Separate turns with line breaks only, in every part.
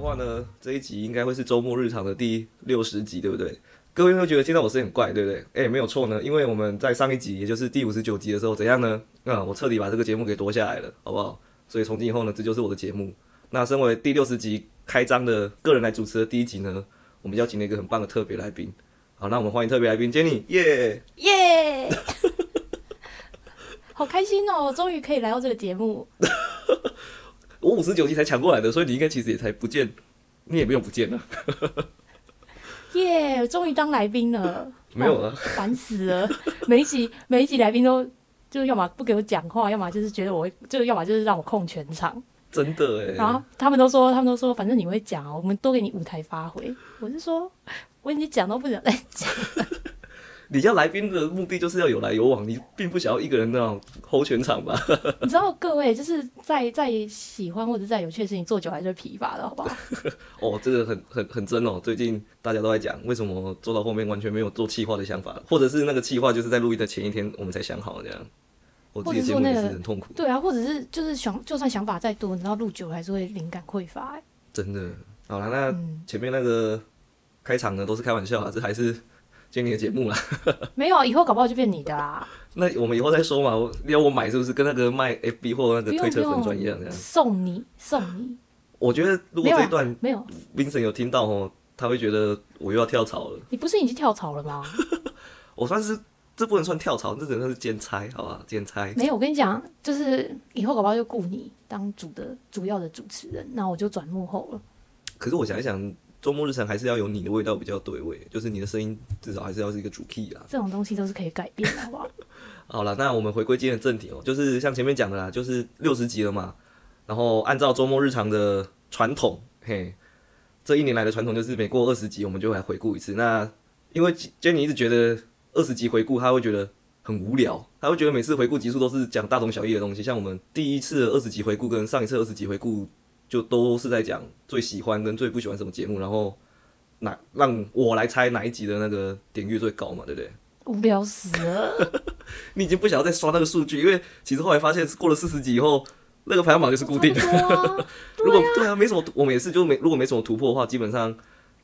话呢，这一集应该会是周末日常的第六十集，对不对？各位会觉得见到我声音很怪，对不对？哎，没有错呢，因为我们在上一集，也就是第五十九集的时候，怎样呢？啊、我彻底把这个节目给夺下来了，好不好？所以从今以后呢，这就是我的节目。那身为第六十集开张的个人来主持的第一集呢，我们邀请了一个很棒的特别来宾。好，那我们欢迎特别来宾 Jenny，耶、
耶！ 好开心哦，终于可以来到这个节目。
我五十九集才抢过来的，所以你应该其实也才不见，你也不用不见了，啊
耶、终于当来宾了，
没有啊，
烦死了！每一集每一集来宾都就是要么不给我讲话，要么就是觉得我会，就要么就是让我控全场。
真的哎、
然后他们都说，他们都说，反正你会讲啊，我们多给你舞台发挥。我是说，我已经讲到不想再 讲。
你叫来宾的目的就是要有来有往，你并不想要一个人那种 hold 全场吧？
你知道各位，就是在在喜欢或者在有趣的事情做久了，还是会疲乏的，好不好？
哦，这个很很很真哦。最近大家都在讲，为什么做到后面完全没有做企划的想法了，或者是那个企划就是在录音的前一天我们才想好这样。我自己的节目也是很痛苦，
对啊，或者是就是想，就算想法再多，你知道录久了还是会灵感匮乏、欸。
真的。好了，那
嗯
前面那个开场呢都是开玩笑啊，这还是今天的节目啦。
没有，以后搞不好就变你的啦，
那我们以后再说嘛，我要我买是不是跟那个卖 FB 或那
不
个
用
推
不
特粉砖
用，
一样这样？
送你送你，
我觉得如果这一段
没有，啊
Vincent 有听到哦，他会觉得我又要跳槽了。
你不是已经跳槽 了吗？
我算是这不能算跳槽，这只能算是兼差，好吧？兼差。
没有，我跟你讲，就是以后搞不好就雇你当主的主要的主持人，那我就转幕后了。
可是我想一想，周末日程还是要有你的味道比较对味，就是你的声音至少还是要是一个主 key 啦。
这种东西都是可以改变的，好 不好？
好了，那我们回归今天的正题哦，就是像前面讲的啦，就是六十集了嘛。然后按照周末日常的传统，嘿，这一年来的传统就是每过二十集我们就会来回顾一次。那因为 Jenny 一直觉得二十集回顾他会觉得很无聊，他会觉得每次回顾集数都是讲大同小异的东西。像我们第一次二十集回顾跟上一次二十集回顾，就都是在讲最喜欢跟最不喜欢什么节目，然后哪让我来猜哪一集的那个点阅最高嘛，对不对？
无聊死了，
你已经不想要再刷那个数据，因为其实后来发现过了四十集以后，那个排行榜就是 固定的。
差不多啊。
如果对啊，没什么，我们也是，就没如果没什么突破的话，基本上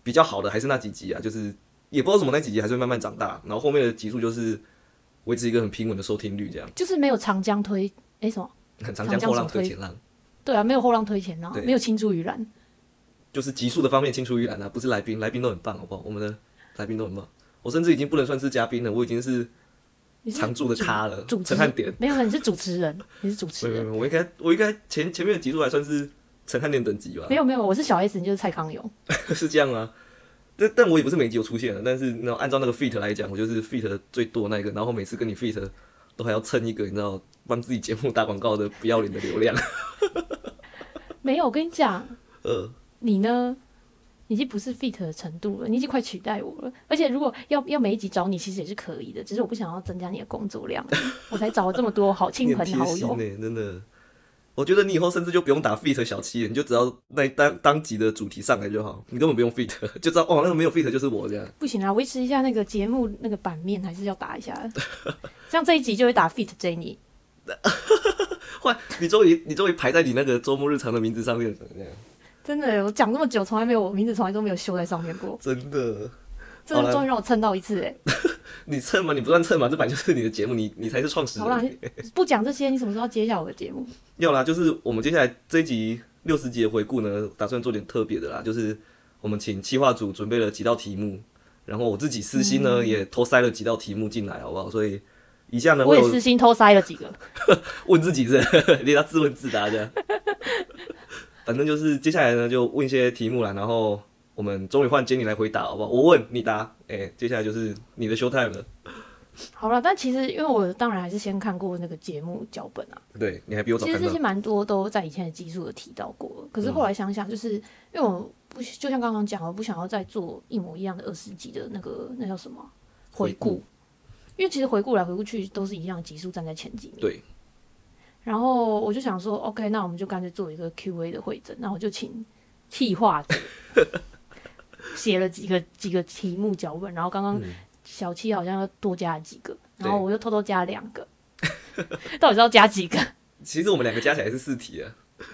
比较好的还是那几集啊，就是也不知道什么那几集还是会慢慢长大，然后后面的集数就是维持一个很平稳的收听率，这样
就是没有长江推，哎、什么？
很长江后浪推前浪，
对啊，没有后浪推前浪
对，
没有青出于蓝。
就是集数的方面青出于蓝啊，不是来宾，来宾都很棒，好不好？我们的来宾都很棒，我甚至已经不能算是嘉宾了，我已经是
你是
常驻的咖了
主，持
陈汉典。
没有，你是主持人，你是主持
没有没
人。
有，我应该我应该前前面的集数还算是陈汉典等级吧
没。有没有，我是小 S，你就是蔡康永。
是这样吗？但但我也不是每集有出现的，但是那按照那个 fit 来讲，我就是 fit 最多那一个，然后每次跟你 fit 都还要蹭一个，你知道帮自己节目打广告的不要脸的流量。
没有，我跟你讲，
呃，
你呢，已经不是 fit 的程度了，你已经快取代我了。而且如果要要每一集找你，其实也是可以的，只是我不想要增加你的工作量， 我才找了这么多好
你
亲
很
朋
贴
好
心欸
友。
呢、真的。我觉得你以后甚至就不用打 fit 小七了，你就只要那一当当集的主题上来就好，你根本不用 fit，就 知道哦，那个没有 fit 就是我这样。
不行啊，维持一下那个节目那个版面还是要打一下。像这一集就会打 fit Jenny，
哇，你终于你终于排在你那个周末日常的名字上面了，这样
真的，我讲那么久，从来没有我名字从来都没有秀在上面过，
真的。
这
好了
终于让我蹭到一次 哎、
你蹭吗？你不算蹭嘛，这版就是你的节目，你你才是创始人。
好啦，你不讲这些，你什么时候要揭晓我的节目？
要啦，就是我们接下来这一集六十集的回顾呢，打算做点特别的啦，就是我们请企划组准备了几道题目，然后我自己私心
嗯
呢、也偷塞了几道题目进来，好不好？所以以下呢，
我
会
也
有
私心偷塞了几个。
问自己是 连他自问自答这样。反正就是接下来呢，就问一些题目啦，然后我们终于换杰尼来回答，好不好？我问你答，哎、接下来就是你的 show time 了。
好了，但其实因为我当然还是先看过那个节目脚本啊，
对，你还比我早
其实
看
这
到
些。蛮多都在以前的集数有提到过了，可是
嗯
后来想想，就是、因为我不就像刚刚讲，我不想要再做一模一样的二十集的那个那叫什么
回
回
顾
顾，因为其实回顾来回顾去都是一样的集数站在前几名。
对。
然后我就想说，OK，那我们就干脆做一个 Q&A 的会诊，那我就请替画 者写了几个几个题目脚本，然后刚刚小七好像要多加了几个，然
嗯
后
对
我 又偷偷加了两个，到底是要加几个？
其实我们两个加起来是四题啊，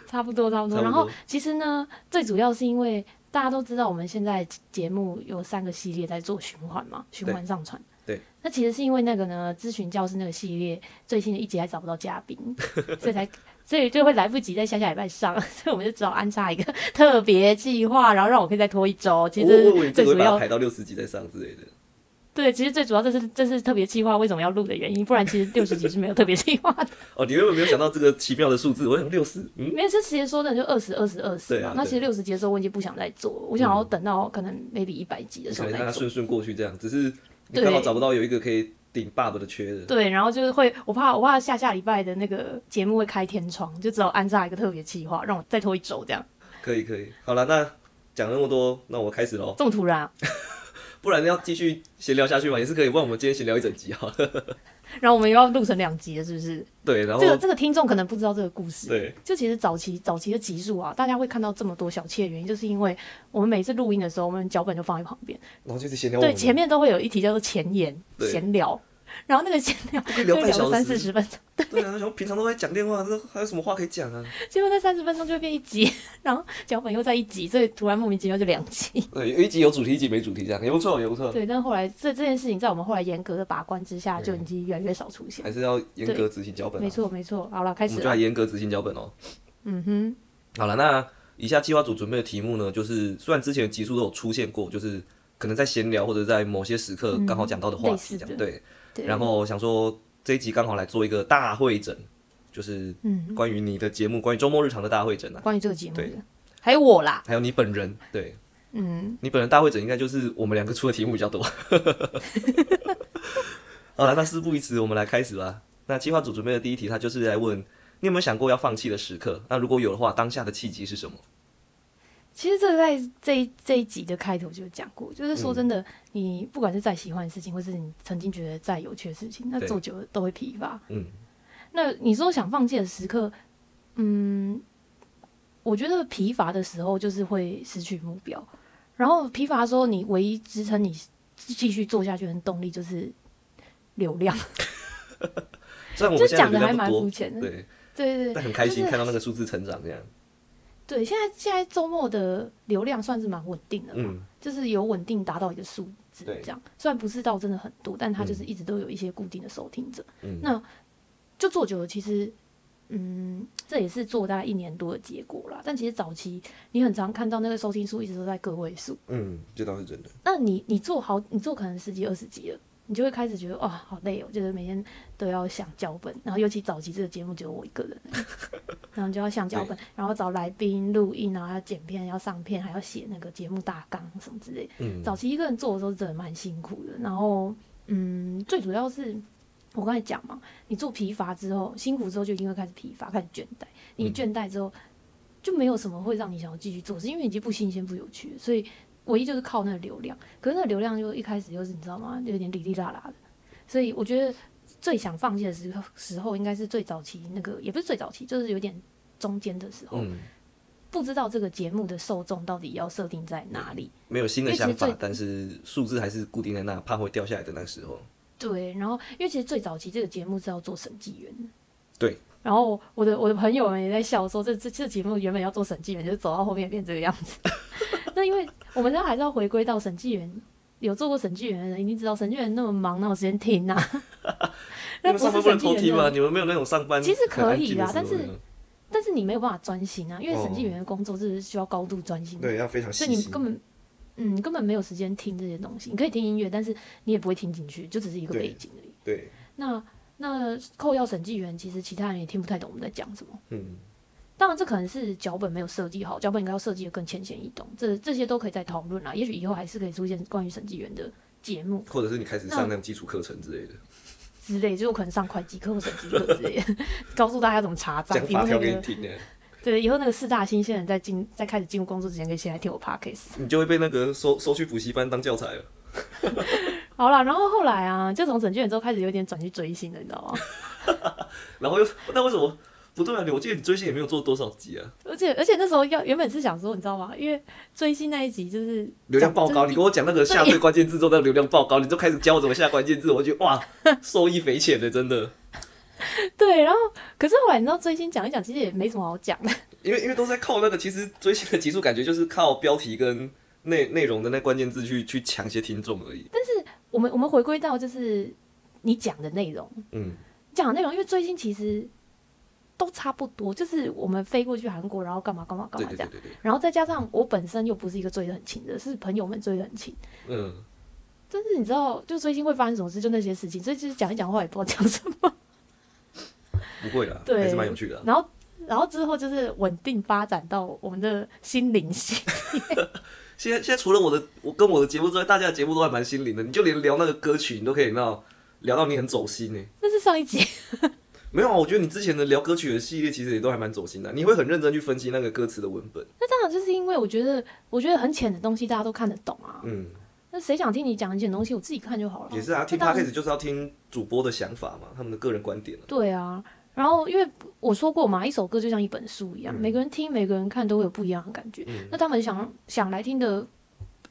差不多差不多。
差不多
然后其实呢，最主要是因为大家都知道我们现在节目有三个系列在做循环嘛，循环上传。
对。
那其实是因为那个呢，咨询教室那个系列最新的一集还找不到嘉宾， 所以才所以就会来不及在下下礼拜上， 所以我们就只好安插一个特别计划，然后让我可以再拖一周。其
我
实
我以为这
最
个
主
会把它
要
排到六十集再上之类的。
对，其实最主要这是这是特别计划为什么要录的原因，不然其实六十集是没有特别计划的。
哦，你原本没有想到这个奇妙的数字，我想六十，嗯，
没有，是直接说的就二十二十二十
对
嘛
啊。
那
对
其实六十集的时候，我已经不想再做，我想要等到可能 maybe 一百集的时
可
候
能让
再
它
做。
顺顺过去这样，只是你
对
刚好找不到有一个可以顶爸爸的缺的。
对，然后就是会，我怕我怕下下礼拜的那个节目会开天窗，就只好安插一个特别计划，让我再拖一周这样。
可以可以，好了，那讲那么多，那我开始喽，
这么突然、啊，
不然要继续闲聊下去嘛，也是可以。不然我们今天闲聊一整集好了。
然后我们又要录成两集了，是不是？
对，然后
这个这个听众可能不知道这个故事。
哦对，
就其实早期早期的集数啊，大家会看到这么多小妾的原因，就是因为我们每次录音的时候，我们脚本就放在旁边，
然后就是闲聊我
对，
们。
前面都会有一题叫做前言
哦对
闲聊，然后那个闲聊
可以
就
聊
会
半
聊
小
个三四
时。
十分钟。
对啊，然后平常都在讲电话，那还有什么话可以讲啊？
结果那三十分钟就会变一集， 然后脚本又在一集，所以突然莫名其妙就两集。
对，有一集有主题，一集没主题，这样也不错，也不错。
对，但后来这这件事情在我们后来严格的把关之下，就已经越来越少出现。
还是要严格执行脚本、啊。
没，错，没错。好了，开
我
始
们就来
了。
严格执行脚本哦。
嗯哼，
好了，那以下计划组准备的题目呢，就是虽然之前的集数都有出现过，就是可能在闲聊或者在某些时刻刚好讲到的话
类
题
似
这
的
样。对，
对。
然后想说这一集刚好来做一个大会诊，就是
嗯，
关于你的节目，关于周末日常的大会诊啊，
关于这个节目
对
的，还有我啦。
还有你本人，对
嗯，
你本人大会诊应该就是我们两个出的题目比较 多。好了，那事不宜迟，我们来开始吧。那计划组准备的第一题，他就是来问你有没有想过要放弃的时刻？那如果有的话，当下的契机是什么？
其实这个在这一这一集的开头就有讲过，就是
嗯
说真的，你不管是再喜欢的事情，或是你曾经觉得再有趣的事情，那
对
做久了都会疲乏。
嗯，
那你说想放弃的时刻，嗯，我觉得疲乏的时候就是会失去目标，然后疲乏的时候，你唯一支撑你继续做下去的动力就是流量，
虽然我
就
们现在
讲
流
的还
量
蛮
不
肤
多，
浅的。
对，
对对对
但很开心
就是
看到那个数字成长这样。
对，现在现在周末的流量算是蛮稳定的，
嗯，
就是有稳定达到一个数字
对
这样，虽然不是到真的很多，但它就是一直都有一些固定的收听者。
嗯
那就做久了，其实嗯，这也是做大概一年多的结果啦。但其实早期你很常看到那个收听数一直都在个位数，
嗯，这倒是真的。
那你你做好，你做可能十几二十集了。你就会开始觉得哇、好累哦！就是每天都要想脚本，然后尤其早期这个节目只有我一个人，然后就要想脚本，然后找来宾录音，然后还要剪片，要上片，还要写那个节目大纲什么之类的
嗯，
早期一个人做的时候真的蛮辛苦的，然后嗯，最主要是我刚才讲嘛，你做疲乏之后，辛苦之后就一定会开始疲乏，开始倦怠。你
嗯
倦怠之后，就没有什么会让你想要继续做，是因为已经不新鲜不有趣了，所以唯一就是靠那个流量。可是那个流量就一开始就是你知道吗，就有点哩哩啦啦的，所以我觉得最想放弃的时候时候，应该是最早期那个，也不是最早期，就是有点中间的时候，
嗯，
不知道这个节目的受众到底要设定在哪里。
没有新的
因为其
想
实最
法，但是数字还是固定在那，怕会掉下来的那时候。
对，然后因为其实最早期这个节目是要做审计员的。
对。
然后我的我的朋友们也在笑说，这这这节目原本要做审计员，就走到后面变这个样子。 那因为我们现在还是要回归到审计员，有做过审计员的人一定知道，审计员那么忙，哪有时间听啊？
你
那
们
不
上班
是
不
审
能
计
偷听
员
吗？
的，
你们没有那种上班
其实
很
可
安
以
静的
啦但
时候
是
那种
但是你没有办法专心啊，因为审计
哦
员的工作是需要高度专心的。
对要非常
所
细
以你
心
根。本，嗯，你根本没有时间听这些东西。你可以听音乐，但是你也不会听进去，就只是一个
对
背景而已。
对，
那那扣掉审计员，其实其他人也听不太懂我们在讲什么。
嗯，
当然，这可能是脚本没有设计好，脚本应该要设计的更浅显易懂，这这些都可以再讨论啦。也许以后还是可以出现关于审计员的节目
或者是你开始上那种基础课程之类的，
之类，就可能上会计课或审计课之类的， 告诉大家怎么查账
讲。
以后
法
那
条给你
个
听呢，
对，以后那个四大新鲜人在进在开始进入工作之前，可以先来听我 podcast。
你就会被那个收收去补习班当教材了。
好了，然后后来啊，就从审计员之后开始有点转去追星了，你知道吗？
然后又那为什么不对啊？我记得你最近也没有做多少集啊，
而且而且那时候要原本是想说，你知道吗？因为追星那一集就是
流量爆
讲
高，你跟我讲那个下对关键字之后，那个流量爆高，你就开始教我怎么下关键字，我就 哇，受益匪浅的，真的。
对，然后可是后来你知道追星讲一讲，其实也没什么好讲的，
因为因为都是在靠那个，其实追星的集数感觉就是靠标题跟内内容的那关键字去去抢一些听众而已。
我们我们回归到就是你讲的内容，
嗯，
讲的内容，因为追星其实都差不多，就是我们飞过去韩国，然后干嘛干嘛干
对
嘛
对
这
对
样，
对对，
然后再加上我本身又不是一个追得很勤的，是朋友们追得很勤，
嗯，
但是你知道，就追星会发生什么事，就那些事情，所以就是讲一讲话也不知道讲什么，
不会啦，
对
还是蛮有趣的啊、
然后。然后之后就是稳定发展到我们的心灵系，
现在现在除了我的我跟我的节目之外，大家的节目都还蛮心灵的，你就连聊那个歌曲，你都可以到聊到你很走心呢、
那是上一集，
没有啊，我觉得你之前的聊歌曲的系列其实也都还蛮走心的，你会很认真去分析那个歌词的文本。
那当然就是因为我觉得，我觉得很浅的东西大家都看得懂啊。
嗯，
那谁想听你讲很浅的东西，我自己看就好了。
也是啊，听
那当然
podcast 就是要听主播的想法嘛，他们的个人观点啊。
对啊，然后因为我说过嘛，一首歌就像一本书一样，每个人听、每个人看都会有不一样的感觉。
嗯
那他们想想来听的，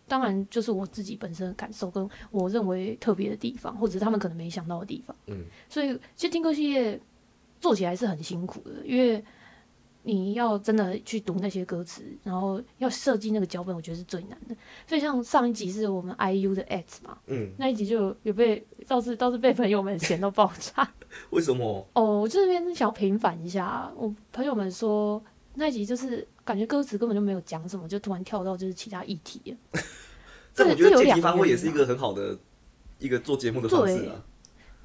当然就是我自己本身的感受，跟我认为特别的地方，或者是他们可能没想到的地方。
嗯，
所以其实听歌系列做起来是很辛苦的，因为你要真的去读那些歌词，然后要设计那个脚本，我觉得是最难的。所以像上一集是我们 IU 的 X 嘛，
嗯，
那一集就有被倒是倒是被朋友们嫌到爆炸。
为什么？
哦，我这边是想平反一下，啊我朋友们说那一集就是感觉歌词根本就没有讲什么，就突然跳到就是其他议题了。
但
这
我觉得
这有
借
两
题
个
发挥
原
也
因
是一
啊
个很好的一个做节目的方式啊。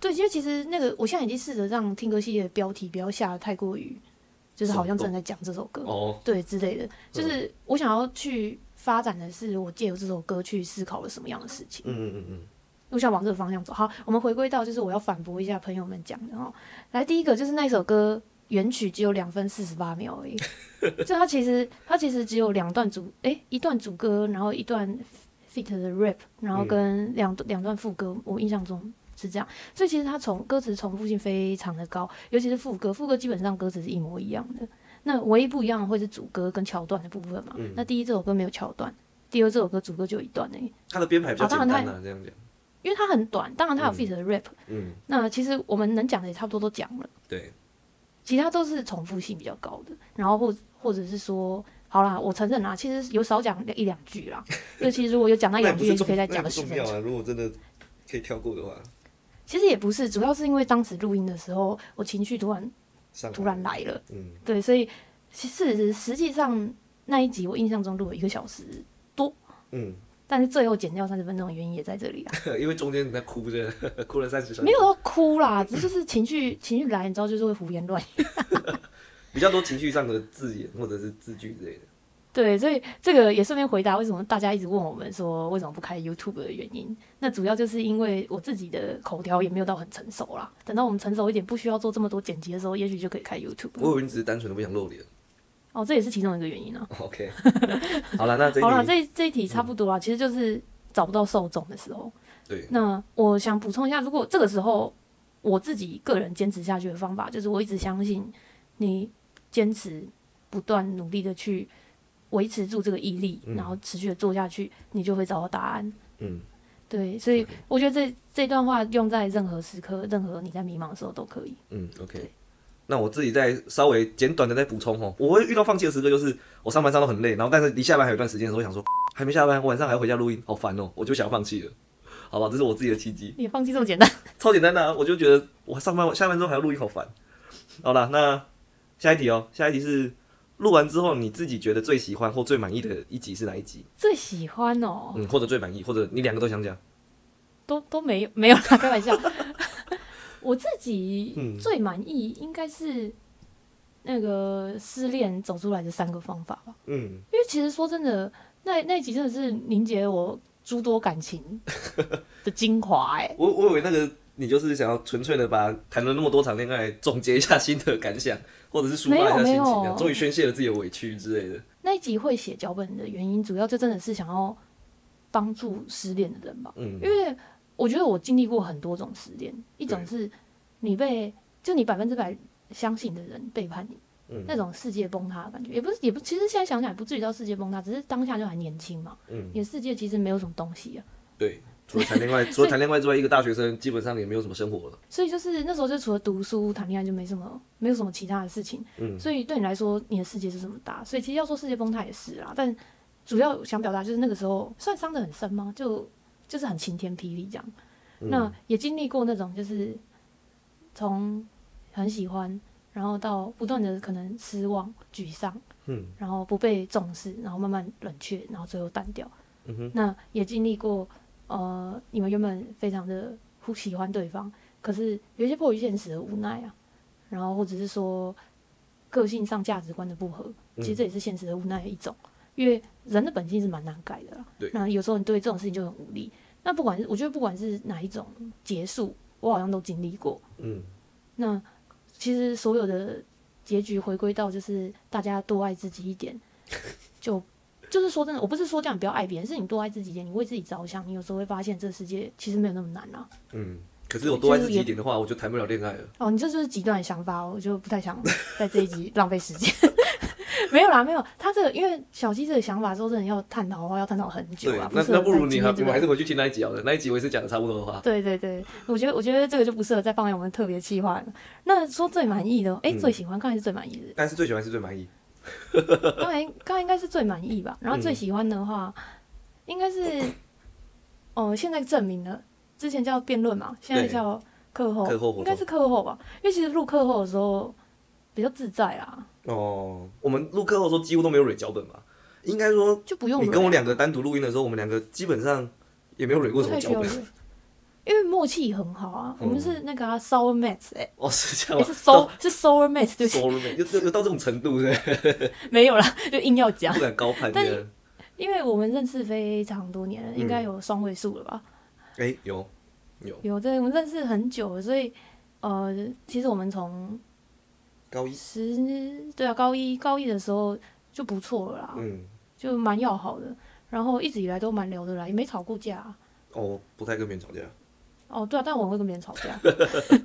对，因为其实那个我现在已经试着让听歌系列的标题不要下得太过于，就是好像正在讲这首歌，
哦，嗯
对之类的。就是我想要去发展的是，我借由这首歌去思考了什么样的事情。
嗯嗯嗯嗯，
我想往这个方向走。好，我们回归到就是我要反驳一下朋友们讲的哦。来，第一个就是那首歌原曲只有两分四十八秒 而已，就它其实它其实只有两段主诶、一段主歌，然后一段 fit 的 rap，然后
嗯
跟两两、段副歌，我印象中。是这样，所以其实它重歌词重复性非常的高，尤其是副歌，副歌基本上歌词是一模一样的。那唯一不一样的会是主歌跟桥段的部分嘛？
嗯
那第一这首歌没有桥段，第二这首歌主歌就有一段而已，
它的编排比较
哦
简
当然
单啊，这样讲。
因为它很短，当然它有
嗯
fit 的 rap，、
嗯，
那其实我们能讲的也差不多都讲了，
对，
其他都是重复性比较高的，然后或或者是说，好啦，我承认啦，其实有少讲一两句啦，尤其如果有讲那一
也
两
不
句，
是
也
重
许可以再
那也
讲
不
个十
重
分
要
钟。
啊。如果真的可以跳过的话，
其实也不是，主要是因为当时录音的时候，我情绪突然
上来
突然来了，
嗯，
对，所以其实实际上那一集我印象中录了一个小时，
嗯，
但是最后剪掉三十分钟的原因也在这里啦，
因为中间你在哭着， 哭了三十分钟
没有，要哭啦，只是就是情绪情绪来，你知道就是会胡言乱语
比较多情绪上的字眼或者是字句之类的。
对，所以这个也顺便回答为什么大家一直问我们说为什么不开 YouTube 的原因。那主要就是因为我自己的口条也没有到很成熟啦。等到我们成熟一点，不需要做这么多剪辑的时候，也许就可以开 YouTube 了。
我以为你只是单纯的不想露脸。
哦，这也是其中一个原因啊。
OK，好了，那这
好啦，
一题
这这一题差不多啦，其实就是找不到受众的时候。
对，
那我想补充一下，如果这个时候我自己个人坚持下去的方法，就是我一直相信你坚持不断努力的去维持住这个毅力，
嗯
然后持续的做下去，你就会找到答案。
嗯，
对，所以我觉得这这段话用在任何时刻，任何你在迷茫的时候都可以。
嗯，OK。那我自己再稍微简短的再补充哦，我会遇到放弃的时刻，就是我上班上到很累，然后但是离下班还有一段时间的时候，我想说 还没下班，晚上还要回家录音，好烦哦，我就想放弃了，好吧，这是我自己的契机，
你放弃这么简单？
超简单的、啊，我就觉得我上班下班之后还要录音，好烦。好啦，那下一题哦，下一题是录完之后你自己觉得最喜欢或最满意的一集是哪一集？
最喜欢哦，
嗯，或者最满意，或者你两个都想讲。
都都没有没有啦，开 玩笑。我自己
嗯
最满意应该是那个失恋走出来的三个方法吧。
嗯，
因为其实说真的，那那一集真的是凝结我诸多感情的精华哎、
我我以为那个你就是想要纯粹的把谈了那么多场恋爱总结一下心得感想，或者是抒发一下
没
心情
有没
这
有
样，终于宣泄了自己的委屈之类的。
那一集会写脚本的原因，主要就真的是想要帮助失恋的人吧，
嗯
因为我觉得我经历过很多种失恋，一种是你被就你百分之百相信的人背叛你，那
嗯
种世界崩塌的感觉，也不是也不，其实现在想想也不至于到世界崩塌，只是当下就还年轻嘛，
嗯，
你的世界其实没有什么东西啊。
对，除了谈恋爱，除了谈恋爱之外，一个大学生基本上也没有什么生活了。
所以就是那时候就除了读书、谈恋爱就没什么，没有什么其他的事情。
嗯
所以对你来说，你的世界是这么大。所以其实要说世界崩塌也是啦，但主要想表达就是那个时候算伤得很深吗？就就是很晴天霹雳这样。
嗯
那也经历过那种就是从很喜欢，然后到不断的可能失望、沮丧，
嗯，
然后不被重视，然后慢慢冷却，然后最后淡掉。
嗯哼，
那也经历过，呃，你们原本非常的互喜欢对方，可是有一些迫于现实的无奈啊，然后或者是说个性上价值观的不合，其
嗯
实这也是现实的无奈的一种，因为人的本性是蛮难改的啦。
对
那有时候你对这种事情就很无力。那不管是我觉得不管是哪一种结束，我好像都经历过。
嗯
那其实所有的结局回归到就是大家多爱自己 一点，就就是说真的，我不是说这样不要爱别人，是你多爱自己一点，你为自己着想，你有时候会发现这世界其实没有那么难啊。
嗯。可是我多爱自己一点的话，我就谈不了恋爱了。
哦，你这就是极端的想法哦，我就不太想在这一集浪费时间。 没有啦，没有，他这个因为小鸡这个想法说真的要探讨的话，要探讨很久
对
啊。，
那
适合
那不如
在
你
今
还
天
我
这
们还
个
是回去听那一集好了。那一集我也是讲的差不多的话。
对对对，我觉得我觉得这个就不适合在放在我们特别计划了。那说最满意的哦，哎、
嗯
最喜欢，刚才是最满意的，
但是最喜欢是最满意。
刚才刚才应该是最满意吧，
嗯
然后最喜欢的话，应该是，哦、现在证明了，之前叫辩论嘛，现在叫课后，
课后活动
应该是课后吧，因为其实录课后的时候比较自在啊啦，
哦，我们录课后的时候几乎都没有蕊脚本嘛，应该说
就不用
你跟我
蕊啊
两个单独录音的时候，我们两个基本上也没有蕊过
不
什么
太
脚
需要
本
蕊。因为默契很好啊，
嗯
我们是那个啊 soul mates 哎、
哦，是这
欸，
样吗？
是 soul 是 soul mates 对不起，
收入没有有到这种程度， 对不对，
没有啦，就硬要讲
不，敢高攀
但
的。
因为我们认识非常多年
嗯
了，应该有双位数了吧。
哎，有有
有对，我们认识很久了，所以呃，其实我们从
高一，
十对啊高一高一的时候就不错了啦，
嗯，
就蛮要好的，然后一直以来都蛮聊得来，也没吵过架啊、
哦，不太跟别人吵架，
哦，对啊，但我很会跟别人吵 架，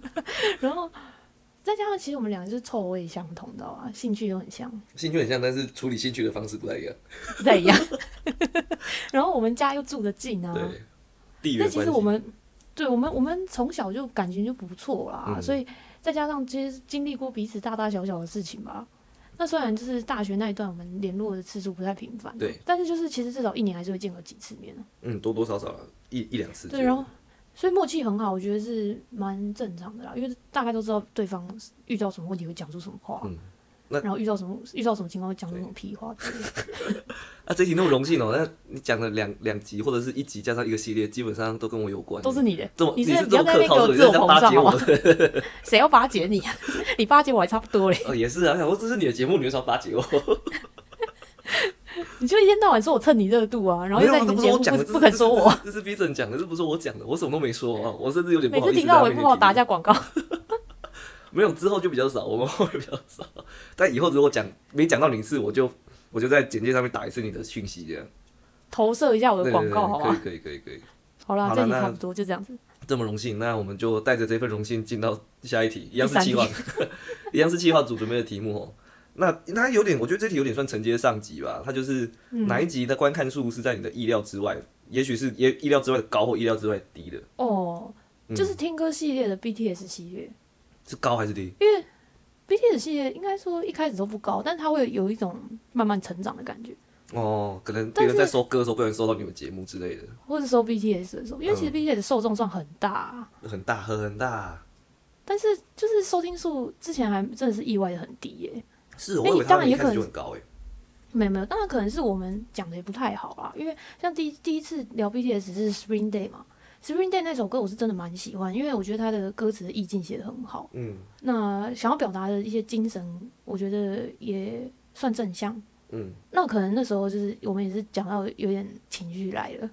然后再加上其实我们两个就是臭味相同，你知道吧？兴趣都很像，
兴趣很像，但是处理兴趣的方式不太一样。
不太一 样。然后我们家又住得近啊，
对，地
那
缘
其
关
实
系。
我们，对我们我们从小就感情就不错啦，
嗯
所以再加上其实经历过彼此大大小小的事情吧。那虽然就是大学那一段我们联络的次数不太频繁，
对，
但是就是其实至少一年还是会见个几次面啊
嗯，多多少少一一两次。
对，然后所以默契很好，我觉得是蛮正常的啦，因为大概都知道对方遇到什么问题会讲出什么话，
嗯那
然后遇到什么遇到什么情况会讲出什么 屁话之类的。
啊，这一集那么荣幸哦，那你讲了两两集或者是一集加上一个系列，基本上都跟我有关，
都是你的，
这么
你是
是
你
这
要
么
在那
客套
边给我
的，
自我
在
膨
巴
胀
结
好
我
吗？？谁要巴结你啊？ 你巴结我还差不多嘞。
哦，也是啊，想说 这是你的节目，你为什么要巴结我？
你就一天到晚说我蹭你热度啊，然后
没
又
有啊
在你
这
们
不是
节目
我
不
讲的，这
不肯
这
说我，
这是 B 正讲的，这不是我讲的，我什么都没说啊，我甚至有点
每
不好
次
意思
听
在
到
他
我
面
也
前提。
不好打架广告，
没有，之后就比较少，我们会比较少。但以后如果讲没讲到你一次，我就我就在简介上面打一次你的讯息，这样。
投射一下我
对
的
对
广告，好
对，可以
吧？
可以可以可以。
好啦，
好
这
啦
集
那嗯
差不多就这样子。
这么荣幸，那我们就带着这份荣幸进到下一题，一样 是
第三
企划， 一样是企划组准备的题目哦。那那有点，我觉得这题有点算承接上集吧。它就是哪一集的观看数是在你的意料之外，也许是也意料之外的高或意料之外的低的，
哦，
嗯
就是听歌系列的 BTS 系列
是高还是低？
，BTS 系列应该说一开始都不高，但是它会有一种慢慢成长的感觉，
哦，可能
但
别
是
人在收歌的时候，不小心收到你们节目之类的，
或者说 BTS 的
嗯
时候，因为其实 BTS 的受众算很大啊，
很大，很很大。
但是就是收听数之前还真的是意外的很低耶、
是，
哎
我以为
当
他
然
们一
也可
开始就
能
很高哎、
没有没有，当然可能是我们讲的也不太好啦，因为像第一第一次聊 BTS 是 Spring Day 嘛，Spring Day 那首歌我是真的蛮喜欢，因为我觉得它的歌词的意境写得很好，
嗯
那想要表达的一些精神，我觉得也算正向。
嗯，
那可能那时候就是我们也是讲到有点情绪来 了，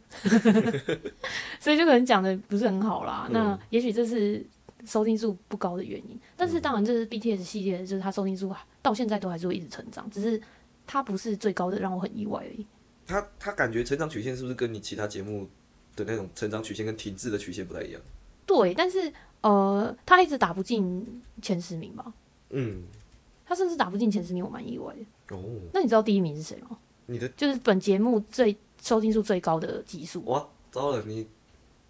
所以就可能讲的不是很好啦。
嗯
那也许这是收听数不高的原因，但是当然这是 BTS 系列，就是它收听数到现在都还是会一直成长，只是它不是最高的，让我很意外而已。
他他感觉成长曲线是不是跟你其他节目的那种成长曲线跟停滞的曲线不太一样？
对，但是呃，它一直打不进前十名吧？
嗯，
它甚至打不进前十名，我蛮意外的。
哦，
那你知道第一名是谁吗？
你的
就是本节目最收听数最高的集数。
哇，糟了，你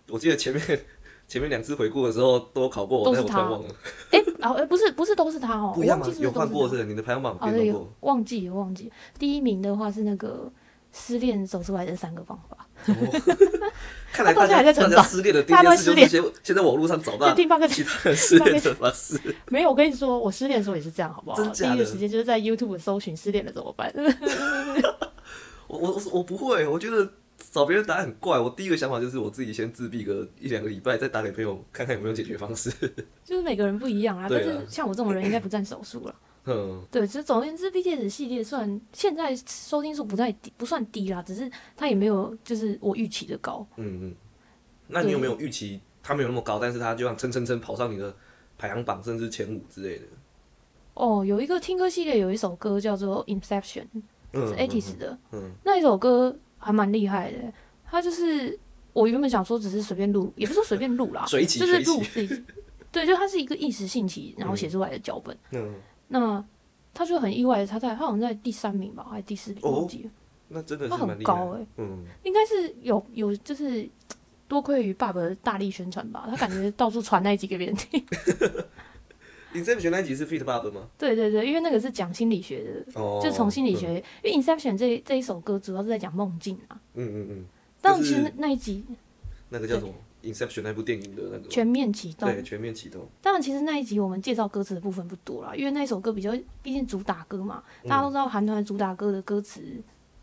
我记得前面 前面两次回顾的时候都考过我，
都
但我
是
突
他
然忘了，
哎、啊，哎、不是不是都是他哦，
不
我
一样
忘
吗
记是？不
有
是
换过
都是
是你的排行榜
他。哦，
变
对，
动
有
过，
忘记忘记。第一名的话是那个失恋手之外的三个方法，
看来
他
大
到现在
家
还在成
大家
长
失恋的第一
大家
件事
都
就
失
是先先在网络上找
就
到
听八个
其他人失恋的方式，
没有，我跟你说，我失恋的时候也是这样，好不好？
真
第
假的
一个时间就是在 YouTube 搜寻失恋了怎么办，
我我我不会，我觉得找别人答案很怪。我第一个想法就是我自己先自闭个一两个礼拜，再打给朋友看看有没有解决方式。
就是每个人不一样啊。但
对啊
是像我这种人应该不占少 数了。
嗯，
对，其实总而言之，B 戒指系列虽然现在收听数不太低，不算低啦，只是它也没有就是我预期的高。
嗯嗯，那你有
嗯
没有预期他没有那么高，但是他就像蹭蹭蹭跑上你的排行榜，甚至前五之类的？
哦，有一个听歌系列有一首歌叫做《Inception》，
嗯
是 Atis 的，
嗯，
那一首歌还蛮厉害的。它就是我原本想说只是随便录，也不是说随便录 啦
随起
就是
随
录
起
自 己。对，就它是一个一时兴起然后写出来的脚本。
嗯，
那他就很意外，他在他好像在第三名吧，还是第四名，
哦
忘记了，
那真的是
他
蛮
很
厉害
高
的。
哎、
嗯，
应该是有有就是多亏于爸爸的大力宣传吧，他感觉到处传那一集给 别人听。
你这选那一集是 Fit Bob 吗？
对对对，因为那个是讲心理学的，
哦，
就从心理学，因为 Inception 这这一首歌主要是在讲梦境啊。
嗯。嗯嗯嗯，
但
就是
其实那那一集
那个叫什么？Inception 那部电影的那个
全面启动，
对全面启动。
当然其实那一集我们介绍歌词的部分不多啦，因为那首歌比较，毕竟主打歌嘛，
嗯
大家都知道韩团主打歌的歌词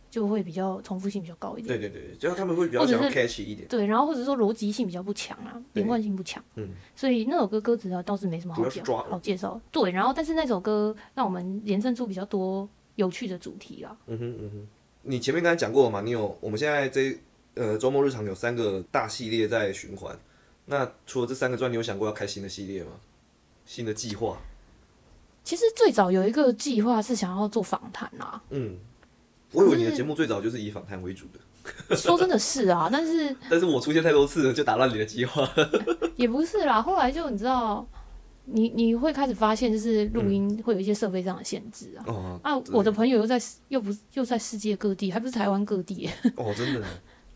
就会比较重复性比较高一点。
对对对，就他们会比较
或者
想要
是
catchy 一点，
对，然后或者说逻辑性比较不强啊，
对
连贯性不强，
嗯，
所以那首歌歌词啊倒是没什么好
主要是
讲
抓
好介绍。对，然后但是那首歌让我们延伸出比较多有趣的主题啦。
嗯哼，嗯哼，你前面刚才讲过了嘛？你有我们现在这呃周末日常有三个大系列在循环。那除了这三个之外，你有想过要开新的系列吗？新的计划？，
其实最早有一个计划是想要做访谈啊啦
嗯，我以为你的
就是
节目最早就是以访谈为主的，
说真的是啊，但是
但是我出现太多次了，就打乱你的计划。
也不是啦。后来就你知道，你你会开始发现，就是录音会有一些设备上的限制啊。
哦
啊，
对
我的朋友又在又不又在世界各地，还不是台湾各地耶，啊
哦，真的，